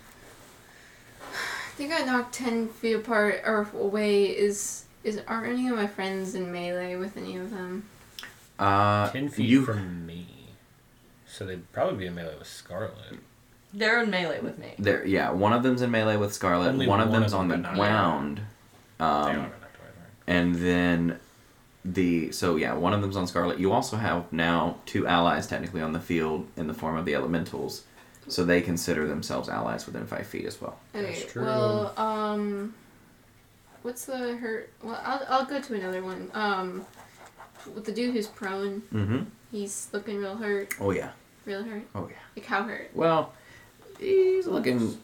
I think I knocked ten feet apart or away. Is is are any of my friends in melee with any of them?
Uh,
10 feet
you-
from me. So they'd probably be in melee with Scarlet.
They're in melee with me.
There, yeah, one of them's in melee with Scarlet.
Only
one of
one
them's
of
on the
them are not.
ground,
they are
um,
gonna twice,
and then the so yeah, one of them's on Scarlet. You also have now two allies technically on the field in the form of the Elementals, so they consider themselves allies within five feet as well.
Okay.
That's true.
Well, um. What's the hurt? Well, I'll I'll go to another one. Um, with the dude who's prone,
Mm-hmm.
he's looking real hurt,
Oh yeah.
real hurt,
Oh yeah.
like how hurt?
Well, he's looking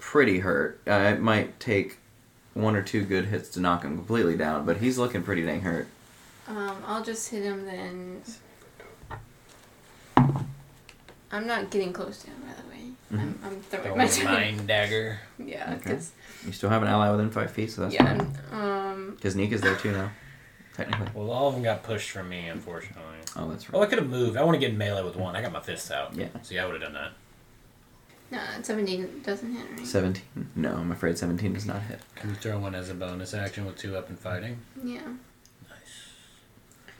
pretty hurt. Uh, it might take one or two good hits to knock him completely down, but he's looking pretty dang hurt.
Um, I'll just hit him then. I'm not getting close to him, by the way. I'm, I'm throwing my
right?
time.
Oh, Mind dagger.
Yeah,
Okay.
'cause-
You still have an ally within five feet, so that's
yeah. I'm- Um,
Because Nika's there too now, technically.
Well, all of them got pushed from me, unfortunately.
Oh, that's
Oh,
right.
I could have moved. I want to get in melee with one. I got my fists out.
Yeah.
See, I would have done that.
nah, seventeen doesn't hit. Right?
Seventeen? No, I'm afraid seventeen does not hit.
Can we throw one as a bonus action with two up and fighting?
Yeah. Nice.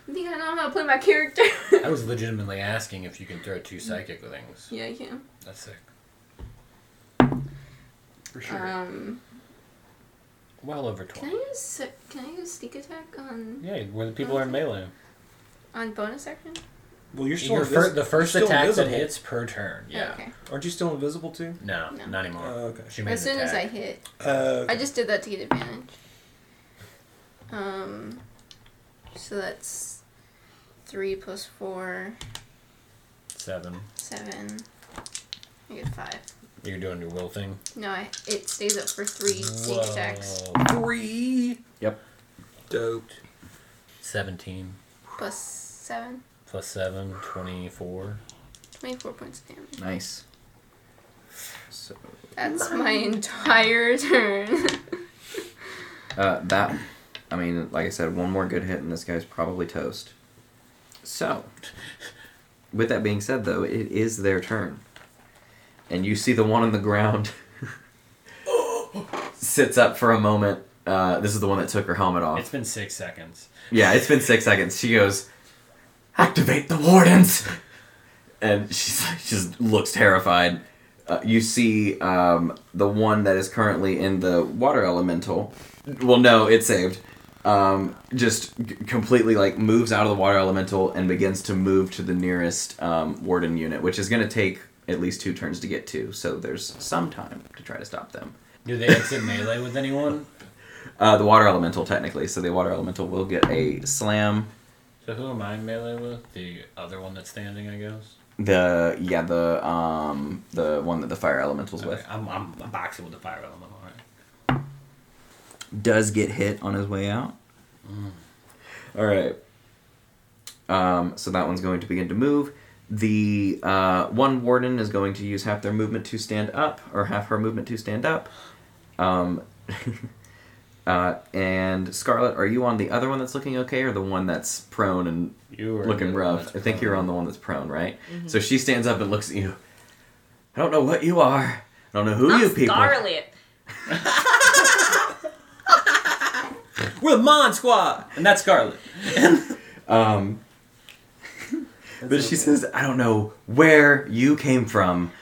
You think I know how to play my character?
I was legitimately asking if you can throw two psychic things.
yeah, I can.
That's sick.
For sure.
Um,
Well over
can
20.
I use se- can I use sneak attack on
Yeah, where the people are in melee.
on bonus action? Oh,
well, you're still
Your
invis-
fir- the first
you're still
attack that
invisible.
hits per turn. Yeah.
Oh, okay.
Aren't you still invisible too?
No,
No.
not anymore.
Oh, okay.
She made
As
an
soon as I
attack.
hit,
Uh,
I just did that to get advantage. Um, so that's three plus four,
Seven.
seven. I get five.
You're doing your will thing.
No, I, it stays up for three sneak attacks
Whoa.
three.
Yep.
Dope.
17.
plus Seven.
Plus 7, 24.
24 points of damage.
Nice. So
That's my entire turn.
uh, that, I mean, like I said, one more good hit and this guy's probably toast. So, with that being said, though, it is their turn, and you see the one on the ground sits up for a moment. Uh, this is the one that took her helmet off.
It's been six seconds.
Yeah, it's been six seconds. She goes, "Activate the wardens," and she's she just looks terrified. Uh, you see um, the one that is currently in the water elemental. Well, no, it's saved. Um, just g- completely like moves out of the water elemental and begins to move to the nearest um, warden unit, which is going to take at least two turns to get to. So there's some time to try to stop them.
Do they exit melee with anyone?
Uh, the water elemental, technically, so the water elemental will get a slam.
So who am I in melee with? The other one that's standing, I guess.
The yeah, the um the one that the fire elemental's
Okay,
with.
I'm, I'm, I'm boxing with the fire element. All right.
Does get hit on his way out. Alright. Um, so that one's going to begin to move. The uh, one warden is going to use half their movement to stand up, or half her movement to stand up. Um, uh, and Scarlet, are you on the other one that's looking okay, or the one that's prone and
You are
looking
the
rough.
one
I think you're on the one that's prone, right?
Mm-hmm.
So she stands up and looks at you. I don't know what you are. I don't know who you
I'm
people.
Scarlet.
We're the Mon Squad, and that's Scarlet.
Um, but she says, I don't know where you came from,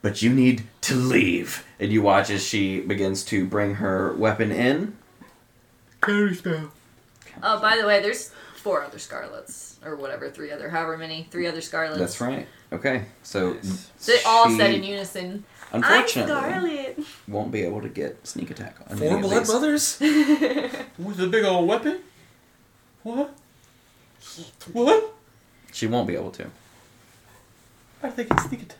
but you need to leave. And you watch as she begins to bring her weapon in.
Oh, by the way, there's four other Scarlets or whatever, three other, however many, three other Scarlets.
That's right. Okay, so
They all said
she
in unison.
Unfortunately, won't be able to get sneak attack on any
Four
of
blood
these.
mothers?
With a big old weapon. What? What?
She won't be able to.
I think it's sneak attack.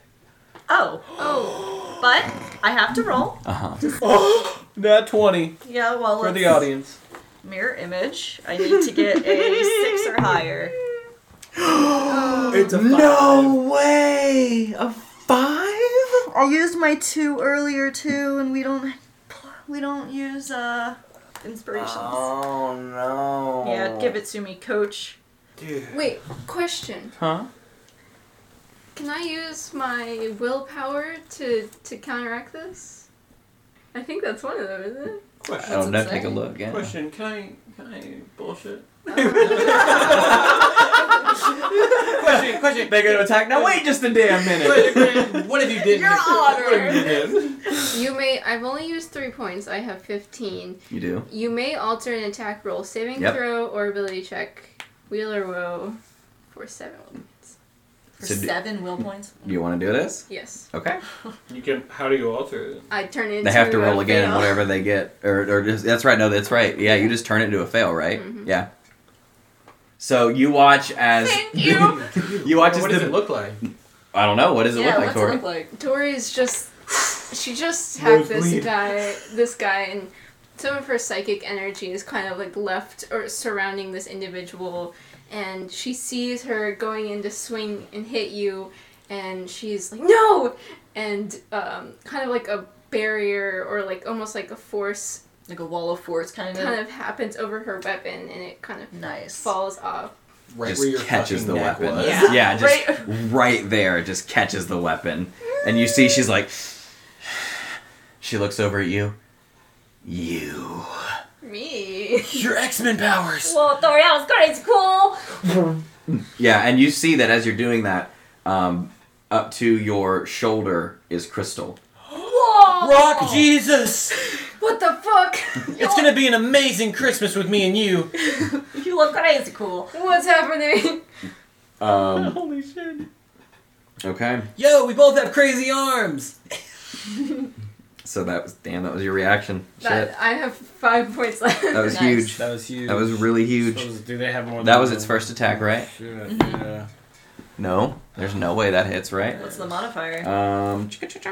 Oh, oh, but I have to roll.
Uh huh.
Nat twenty
Yeah, well,
for the
it's
audience.
mirror image. I need to get a six or higher.
It's a
No way! A five?
I used Oh, my two earlier too, and we don't we don't use uh inspirations.
Oh no.
Yeah, give it to me, coach.
Wait, question.
Huh?
Can I use my willpower to to counteract this? I think that's one of them, isn't it?
I don't know. Oh, Take a look. Yeah.
Question: Can I can I bullshit? question. Question.
They're gonna attack. Now wait just a damn minute.
Question, What if you didn't?
Your honor.
You may. I've only used three points. I have fifteen.
you do.
You may alter an attack roll, saving
Yep.
throw, or ability check. Wheel or woe, for seven. points.
For
So do-
seven will points.
Do you want to do this?
Yes,
Okay.
You can. How do you alter it?
I turn it.
They have to
into a
roll again,
fail.
whatever they get, or or just, that's right. No, that's right. Yeah, you just turn it into a fail, right?
Mm-hmm.
Yeah. So you watch as
Thank you.
you watch as
What does
the
it look like?
I don't know what does it
yeah,
look like,
what's it
Tori?
look like?
Tori's just she just hacked this
Nosebleed.
guy this guy and some of her psychic energy is kind of like left or surrounding this individual and she sees her going in to swing and hit you and she's like no and um, kind of like a barrier or like almost like a force
Like a wall of force kind of.
kind of happens over her weapon and it kind of
nice.
falls off
Right
just
where your
catches
fucking
the
neck
weapon.
was.
Yeah,
Yeah.
just right. there, just catches the weapon. And you see she's like She looks over at you. You
me
Your X Men powers.
Whoa, Tori, that was great. It's cool.
Yeah, and you see that as you're doing that, um, up to your shoulder is crystal.
Whoa.
Rock Jesus!
what the fuck
It's gonna be an amazing Christmas with me and you.
You look great. It's cool.
what's happening
Um,
Holy shit.
okay.
Yo, we both have crazy arms.
So that was damn, that was your reaction. Shit.
That, I have five points left
That was
Nice.
huge.
That was huge.
That was really huge.
Suppose- do they have more?
That
than
was
one?
its first attack, right?
Shit, yeah.
No, there's no way that hits, right?
What's the modifier?
Um,
if it,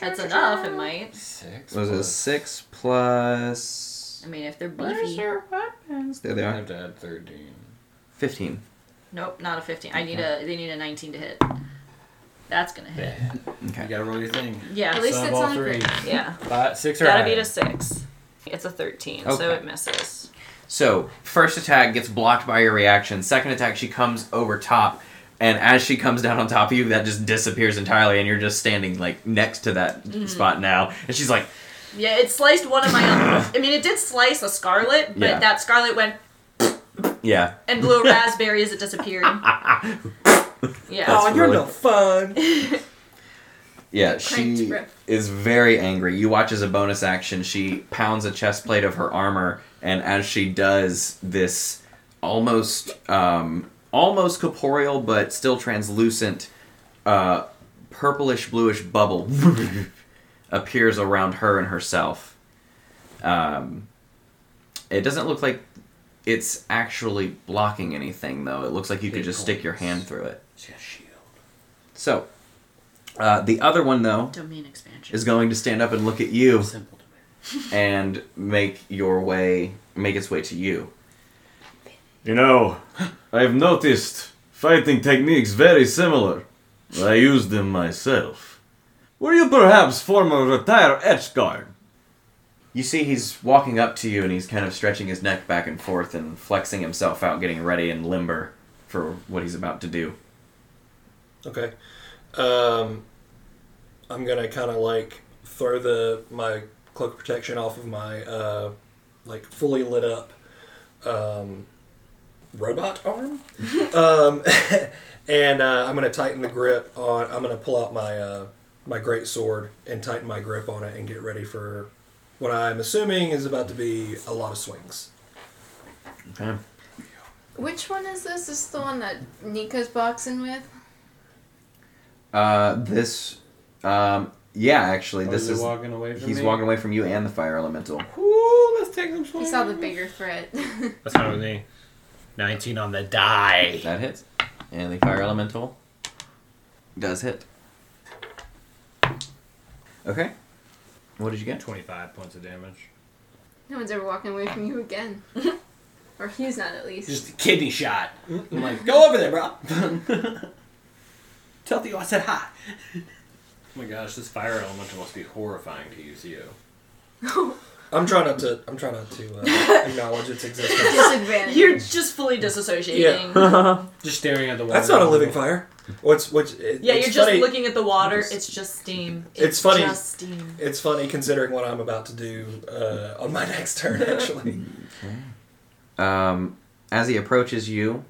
that's enough, it might.
Six.
was a
plus-
six plus.
I mean, if they're beefy.
weapons? There they
I
are.
have to add thirteen.
Fifteen.
Nope, not a 15. I need a. They need a 19 to hit. That's gonna hit.
Okay.
You gotta roll your thing.
Yeah.
At least
Sub
it's
all
on a
three.
crit.
yeah.
Five, six or
Gotta
higher.
beat a six. It's a 13, so
Okay.
it misses.
So, first attack gets blocked by your reaction. Second attack, she comes over top. And as she comes down on top of you, that just disappears entirely. And you're just standing, like, next to that spot now. And she's like,
Yeah, it sliced one of my. I mean, it did slice a scarlet, but
Yeah.
that scarlet went
yeah.
and blew a raspberry as it disappeared. yeah.
Oh,
That's
you're
really-
no fun.
Yeah,
Cranked
she
rip.
is very angry. You watch as a bonus action, she pounds a chest plate of her armor, and as she does this almost um, almost corporeal but still translucent uh, purplish bluish bubble appears around her and herself. Um, it doesn't look like it's actually blocking anything though. It looks like you could just stick your hand through it.
She's got a shield.
So, uh, the other one though
Domain expansion.
is going to stand up and look at you
Simple domain.
and make your way make its way to you.
You know, I've noticed fighting techniques very similar. I use them myself. Were you perhaps former retired edge guard?
You see he's walking up to you and he's kind of stretching his neck back and forth and flexing himself out getting ready and limber for what he's about to do.
Okay. Um, I'm gonna kind of like throw the my cloak of protection off of my uh, like fully lit up um, robot arm, um, and uh, I'm gonna tighten the grip on. I'm gonna pull out my uh, my great sword and tighten my grip on it and get ready for what I'm assuming is about to be a lot of swings.
Okay.
Which one is this? This is the one that Nika's boxing with?
Uh this um yeah, actually
Oh,
this
he
is
walking away from
he's
me?
walking away from you and the fire elemental.
Ooh, let's take some
He
swings.
saw the bigger threat.
That's not with me. 19 on the die.
That hits. And the fire elemental does hit. Okay. What did you get?
25 points of damage.
no one's ever walking away from you again. or he's not, at least.
Just a kidney shot. I'm like, go over there, bro. Tell Theo I said hi. Oh my gosh, this fire elemental must be horrifying to you, Theo.
I'm trying not to. I'm trying not to uh, acknowledge its existence.
Disadvantage.
You're just fully disassociating. Yeah,
Just staring at the wall.
That's not a living fire. What's which? It, it's
you're just
funny-
looking at the water. It's just steam. It's,
It's funny.
Just steam.
It's funny considering what I'm about to do uh, on my next turn, actually.
Um, as he approaches you,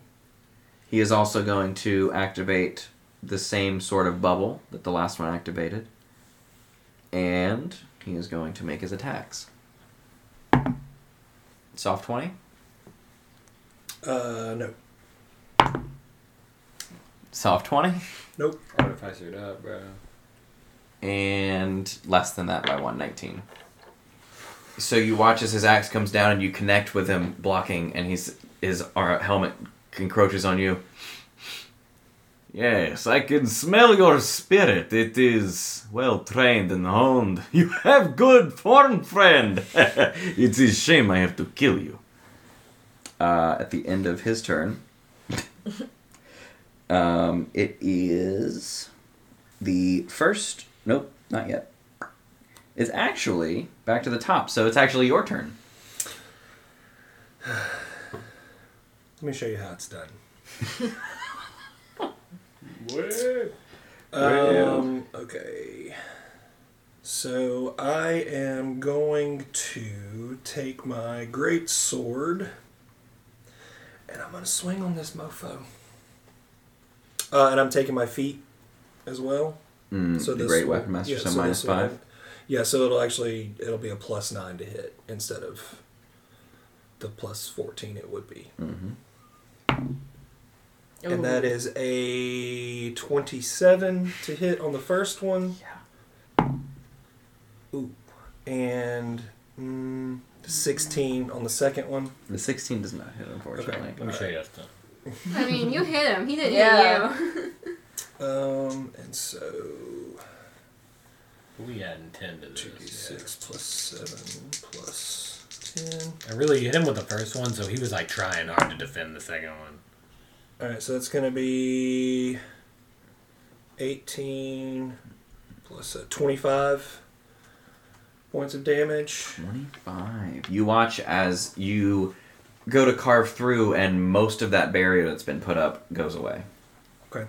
he is also going to activate the same sort of bubble that the last one activated. And he is going to make his attacks. Soft 20.
Uh, no.
Soft 20.
Nope.
Artificered up, bro.
and less than that by 119. So you watch as his axe comes down and you connect with him, blocking, and he's his ar- helmet encroaches on you.
Yes, I can smell your spirit. It is well trained and honed. You have good form, friend. it is shame I have to kill you.
Uh, at the end of his turn, um, it is the first. Nope, not yet. It's actually back to the top, so it's actually your turn.
Let me show you how it's done.
What?
Um, okay. So I am going to take my great sword, and I'm gonna swing on this mofo. Uh, and I'm taking my feet as well.
Mm, the
this
great
will-
weapon master,
yeah,
so,
so
minus
this will
five.
have- yeah, so it'll actually it'll be a plus nine to hit instead of the plus fourteen it would be, and that is a twenty-seven to hit on the first one. Yeah. Ooh, and mm, sixteen on the second one.
The sixteen does not hit, unfortunately.
Let me show you that stuff.
I mean, you hit him. He didn't
Yeah.
hit you.
Um, and so
We adding 10 to this.
six plus seven plus ten.
I really hit him with the first one, so he was like trying hard to defend the second one.
All right, so that's going to be 18 plus uh, 25 points of damage.
25. You watch as you go to carve through, and most of that barrier that's been put up goes away.
Okay.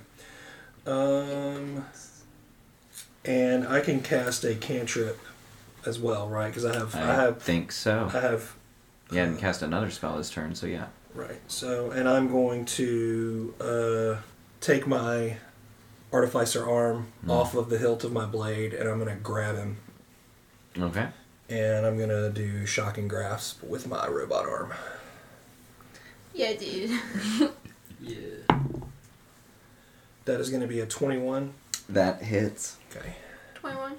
Um, and I can cast a cantrip as well, right? Because I have, I,
I,
have,
think so.
I have,
you hadn't cast another spell this turn, so yeah.
right. So, and I'm going to uh, take my artificer arm
Hmm.
off of the hilt of my blade, and I'm going to grab him,
Okay.
and I'm going to do shocking grasp with my robot arm.
Yeah, dude.
That is going to be a 21.
That hits.
Okay.
21.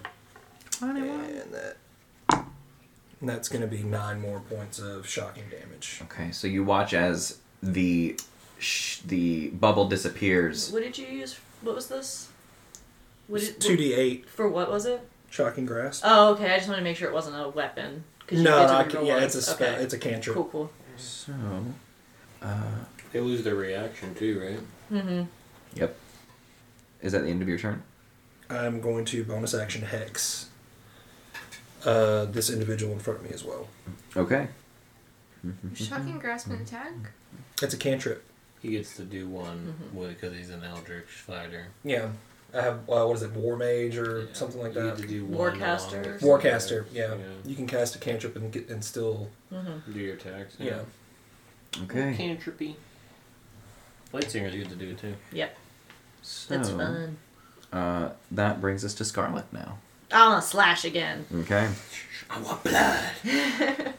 And that. And that's going to be nine more points of shocking damage.
Okay, so you watch as the sh- the bubble disappears.
What did you use? What was this? What did,
Two D eight
For what was it?
shocking grasp.
Oh, okay. I just wanted to make sure it wasn't a weapon. 'cause you
no,
guys
I
only
can-
roll
yeah,
once.
it's a spell.
Okay.
It's a cantrip.
cool, cool.
So,
They lose their reaction too, right?
yep. Is that the end of your turn?
I'm going to bonus action hex. Uh, this individual in front of me as well.
Okay.
Shocking grasp and attack.
It's a cantrip.
He gets to do one because he's an Eldritch fighter.
Yeah, I have uh, what is it, war mage or something like
You get to
that.
do one
Warcaster.
along with-
Warcaster. Yeah.
yeah.
you can cast a cantrip and get and still
Do your attacks.
yeah.
Okay.
Cantripy. Sightseers get to do it too.
Yep.
So,
That's fun.
Uh, that brings us to Scarlet now.
I want to slash again.
Okay.
I want blood.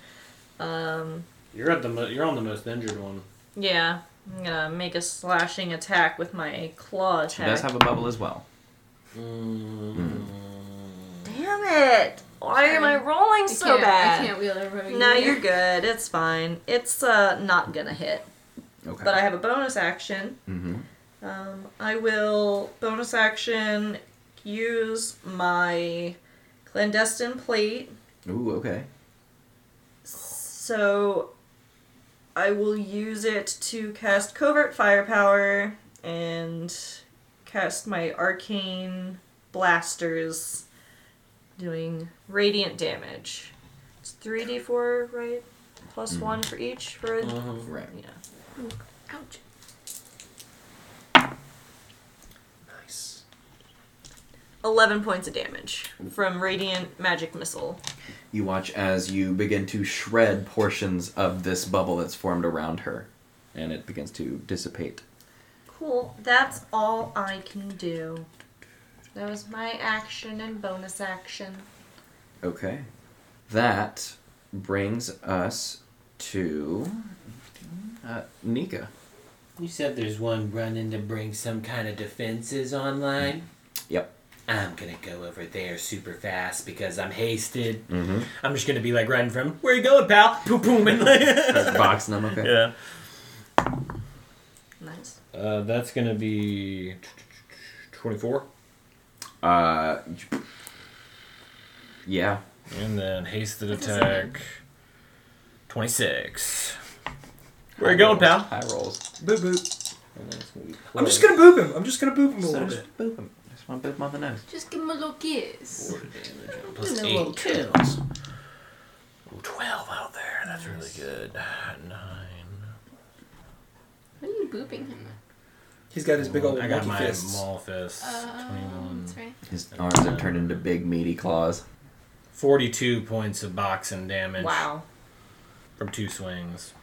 Um. You're at the mo- you're on the most injured one.
Yeah. I'm gonna make a slashing attack with my claw attack.
She does have a bubble as well.
Mm-hmm.
Damn it! Why am I rolling
I
so
can't-
bad?
I can't wield a rubber
No,
either.
you're good. It's fine. It's uh not gonna hit.
Okay.
But I have a bonus action.
mm-hmm.
Um, I will bonus action use my clandestine plate.
Ooh, okay.
So I will use it to cast covert firepower and cast my arcane blasters, doing radiant damage. It's three d four, right? Plus one for each for a-
Mm-hmm.
Right.
yeah.
Ouch.
Nice.
11 points of damage from Radiant Magic Missile.
You watch as you begin to shred portions of this bubble that's formed around her, and it begins to dissipate.
Cool. That's all I can do. That was my action and bonus action.
Okay. That brings us to uh, Nika.
You said there's one running to bring some kind of defenses online.
Yep.
I'm gonna go over there super fast because I'm hasted.
Mhm.
I'm just gonna be like running from where you going, pal? Boom, boom, and like
Box them. Okay.
yeah.
Nice.
Uh, that's gonna be twenty-four,
Uh, yeah.
and then hasted attack twenty-six. Where you going, pal?
High rolls.
Boop boop.
And then it's gonna be
I'm just gonna boop him. I'm just gonna boop him a
So
little bit.
just boop him. Just want to boop him on the nose.
Just give him a little kiss.
12 damage on plus
Doing a
eight.
little two.
Ooh, Twelve out there. That's really good. Nine.
What are you booping him? at?
He's got his big old
I got
monkey
my
fists.
maul fist.
Uh,
Oh,
21.
that's right.
His arms have turned into big meaty claws.
42 points of boxing damage
Wow.
from two swings.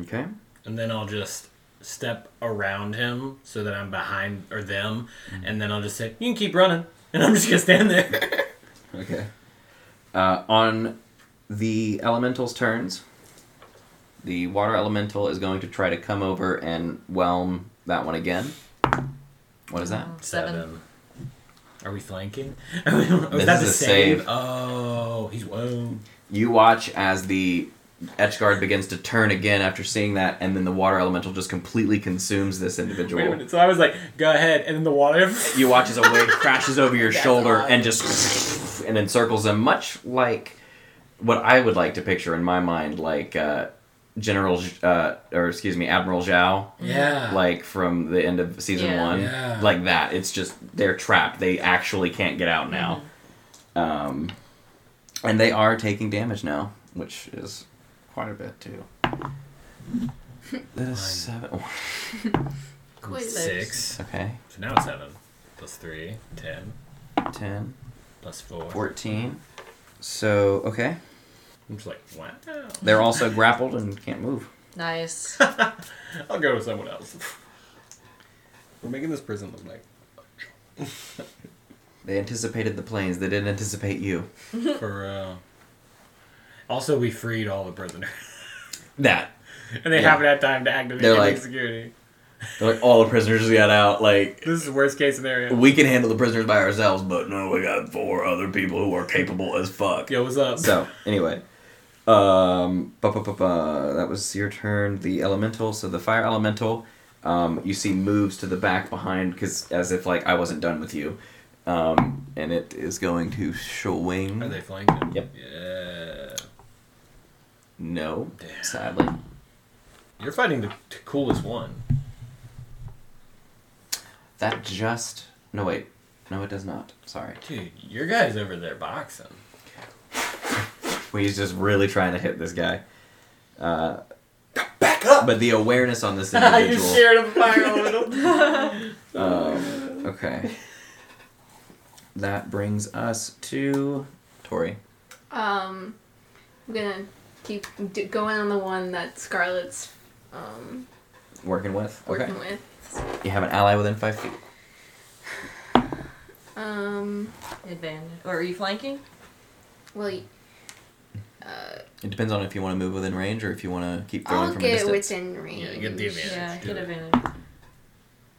Okay.
And then I'll just step around him so that I'm behind or them. And then I'll just say, You can keep running. And I'm just going to stand there.
Okay. Uh, on the elemental's turns, the water elemental is going to try to come over and whelm that one again. What is that?
Seven.
Are we flanking? Oh,
This
is that
is
the
a
save?
save.
Oh, he's whoa.
You watch as the Etchguard begins to turn again after seeing that, and then the water elemental just completely consumes this
Wait a
individual.
minute. So I was like, Go ahead. And then the water.
You watch as a wave crashes over your shoulder and just and encircles them, much like what I would like to picture in my mind, like uh, General, Zh- uh, or excuse me, Admiral Zhao,
Yeah.
like from the end of season
Yeah.
one,
Yeah.
like that. It's just they're trapped. They actually can't get out now, um, and they are taking damage now, which is quite a bit too. That is seven.
Quick.
Six.
Okay,
So now it's seven. Plus three. Ten.
10,
Plus four.
14. So okay,
I'm just like, wow.
they're also grappled and can't move.
Nice.
I'll go with someone else.
We're making this prison look like
They anticipated the planes. They didn't anticipate you.
For uh. Also, we freed all the prisoners,
That
and they
Yeah.
haven't had time to activate
They're
any
like-
security.
They're like all the prisoners got out. Like
This is worst case scenario.
we can handle the prisoners by ourselves, but no, we got four other people who are capable as fuck.
Yo, what's up?
So anyway, um, ba ba ba ba. That was your turn. The elemental. So the fire elemental. Um, you see moves to the back behind because as if like I wasn't done with you, um, and it is going to swing.
Are they flanking?
Yep.
Yeah.
No,
Damn.
sadly.
You're fighting the t- coolest one.
That just no wait, no it does not. Sorry.
Dude, your guy's over there boxing.
Well, he's just really trying to hit this guy. Uh,
Back up.
but the awareness on this individual.
of fire a little.
um, okay. That brings us to Tori.
Um, I'm gonna keep d- going on the one that Scarlett's um,
Working with. Okay.
working with.
You have an ally within five feet.
Um,
Advantage. Or are you flanking?
well, y-
It depends on if you want to move within range or if you want to keep throwing
I'll
from
get
a distance.
within range.
Yeah, get the advantage.
Yeah,
Do
get
it.
advantage.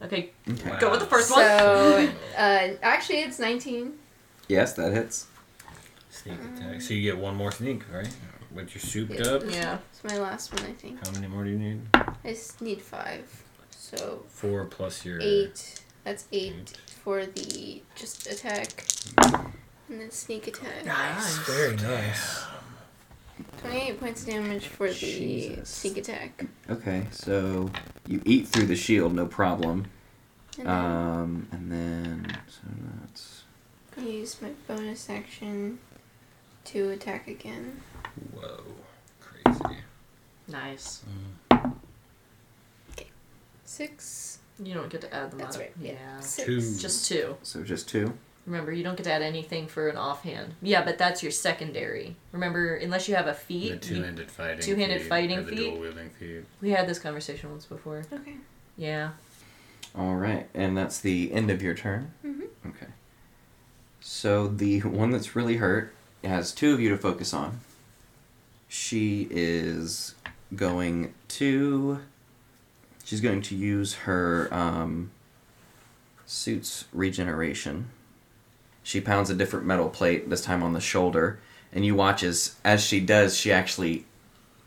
Okay,
Okay.
go with the first one.
So, uh, actually, it's 19.
Yes, that hits.
Sneak attack. So you get one more sneak, right? With your souped
Yeah.
up.
Yeah.
It's my last one, I think.
How many more do you need?
I just need five. So,
Four plus your.
eight. That's eight for the just attack.
Mm-hmm.
And then sneak attack.
Nice. Very nice.
28 points of damage for the
Jesus.
sneak attack.
Okay, so you eat through the shield, no problem.
And then
Um, and then so that's
I use my bonus action to attack again.
Whoa. Crazy.
Nice.
Six.
You don't get to add them
That's
up.
right. Yeah. Six.
Uh, Two.
Just two.
so just two.
Remember, you don't get to add anything for an offhand. Yeah, but that's your secondary. Remember, unless you have a
The
feat.
two handed fighting.
two-handed
feat,
fighting
or the
feat.
dual wielding feat.
we, we had this conversation once before.
Okay.
Yeah.
All right, and that's the end of your turn.
Mhm.
Okay. So the one that's really hurt has two of you to focus on. She is going to. She's going to use her um, suit's regeneration. She pounds a different metal plate, this time on the shoulder, and you watch as, as she does, she actually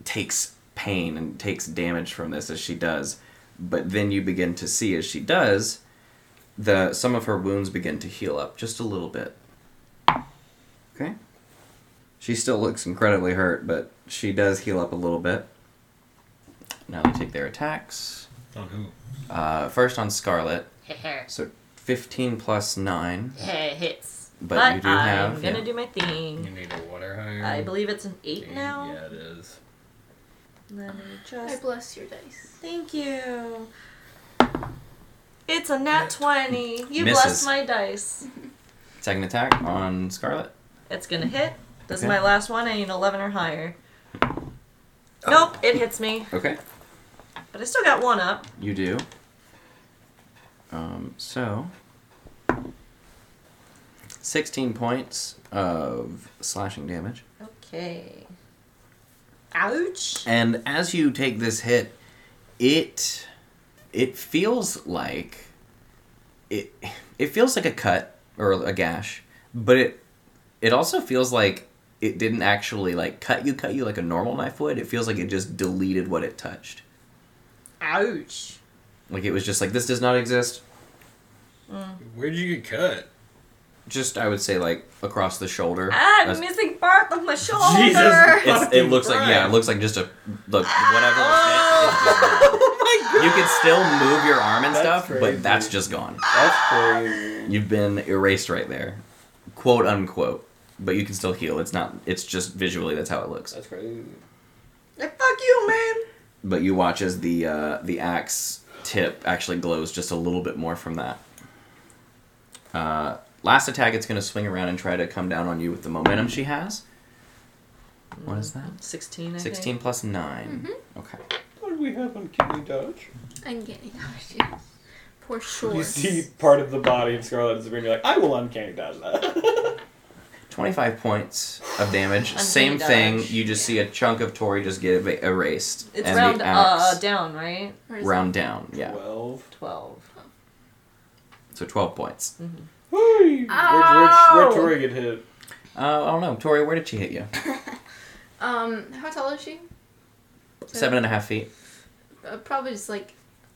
takes pain and takes damage from this as she does. But then you begin to see as she does, the some of her wounds begin to heal up just a little bit. Okay. She still looks incredibly hurt, but she does heal up a little bit. Now they take their attacks.
On who?
Uh, first on Scarlet,
Hair.
so 15 plus 9.
Hair hits.
But you do
I'm
have-
gonna
yeah.
do my
You
thing.
need a water hire.
I believe it's an eight
Eight,
now.
Yeah, it is.
Let me
I
just.
bless your dice.
Thank you. It's a nat 20. You
Misses.
blessed my dice.
Second attack on Scarlet.
It's gonna hit. This
Okay. Oh.
is my last one. I need 11 or higher. Nope, it hits me.
Okay,
But I still got one up.
you do. Um, so 16 points of slashing damage.
Okay. Ouch.
And as you take this hit, it it feels like it it feels like a cut or a gash, but it it also feels like it didn't actually like cut you cut you like a normal knife would. It feels like it just deleted what it touched.
Ouch.
Like it was just like this does not exist.
Where did you get cut?
just I would say like across the shoulder.
I'm
That's-
missing part of my shoulder.
It's, it looks like yeah, it looks like just a the, whatever.
Oh
You can still move your arm and stuff, but that's just gone.
That's crazy.
You've been erased right there, quote unquote. But you can still heal. It's not. It's just visually that's how it looks.
That's crazy.
Like, Fuck you, man.
But you watch as the uh, the axe tip actually glows just a little bit more from that. Uh, last attack, it's going to swing around and try to come down on you with the momentum she has. What is
Mm-hmm.
that?
16, I
Sixteen plus 9 Okay.
What do we have on Kidney Dodge?
I'm getting out For sure.
You see part of the body of Scarlet Sabrina, you're like, I will uncanny dodge that.
25 points of damage.
Uncanny
Same thing.
dodge.
You just see a chunk of Tori just get eva- erased.
It's
and
round
the
uh,
axe
down, right?
Or is it-
round down. Yeah.
12.
12.
So 12 points.
Mm.
Whee!
Ow!
Where'd, where'd, where'd Tori get hit?
Uh, I don't know. Tori, where did she hit you?
Um, how tall is she?
Seven and a half feet.
Uh, probably just like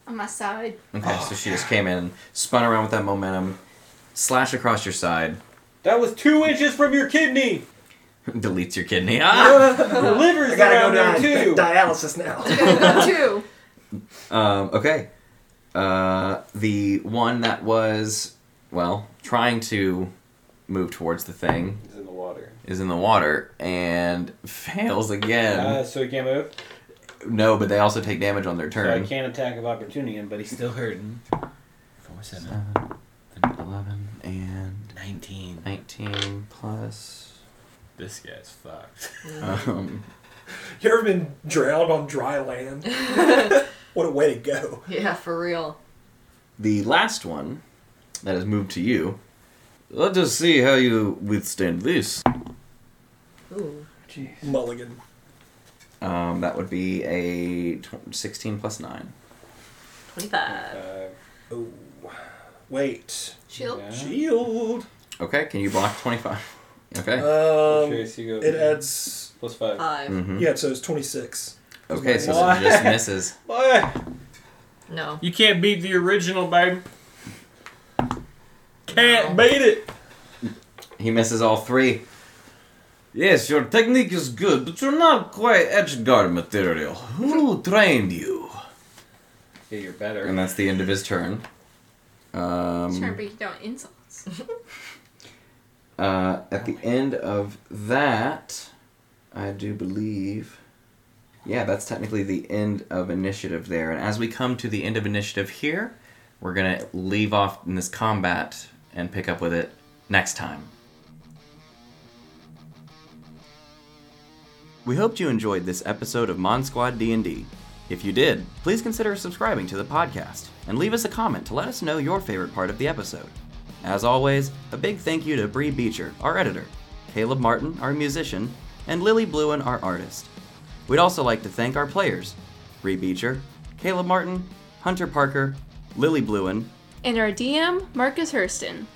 on my side.
Okay, so she just came in, spun around with that momentum, slash across your side,
That was two inches from your kidney!
deletes your kidney. Ah!
The liver's
I gotta
around
go down
there too!
dialysis now.
Two.
Um, okay. Uh, the one that was, well, trying to move towards the thing
It's in the water.
is in the water and fails again.
Uh, so he can't move?
no, but they also take damage on their
So I
turn.
can't attack of opportunity, him, but he's
Still hurting. 4, 7,
Seven, 11, and
19.
19 plus.
This guy's fucked.
Um,
you ever been drowned on dry land? what a way to go.
Yeah, for real.
the last one that has moved to you
Let us see how you withstand this.
Ooh.
Mulligan.
Um, that would be a tw- 16 plus 9.
25.
uh,
Oh. Wait.
Shield.
Uh,
Yeah.
Shield.
Okay, can you block 25? Okay.
Uh,
Um,
Sure, so you go
it adds.
plus five.
5.
Mhm.
Yeah, so it's 26.
Okay, so it just misses.
No.
You can't beat the original, baby. Can't beat it.
He misses all three.
Yes, your technique is good, but you're not quite edge guard material. Who trained you?
Yeah, you're better.
And that's the end of his turn.
I'm trying to
Um,
break down insults.
uh, at the end of that, I do believe. Yeah, that's technically the end of initiative there. And as we come to the end of initiative here, we're going to leave off in this combat and pick up with it next time. We hoped you enjoyed this episode of Mon Squad D&D. If you did, please consider subscribing to the podcast and leave us a comment to let us know your favorite part of the episode. As always, a big thank you to Bree Beecher, our editor, Caleb Martin, our musician, and Lily Bluen, our artist. We'd also like to thank our players, Bree Beecher, Caleb Martin, Hunter Parker, Lily Bluen,
And our DM, Marcus Hurston.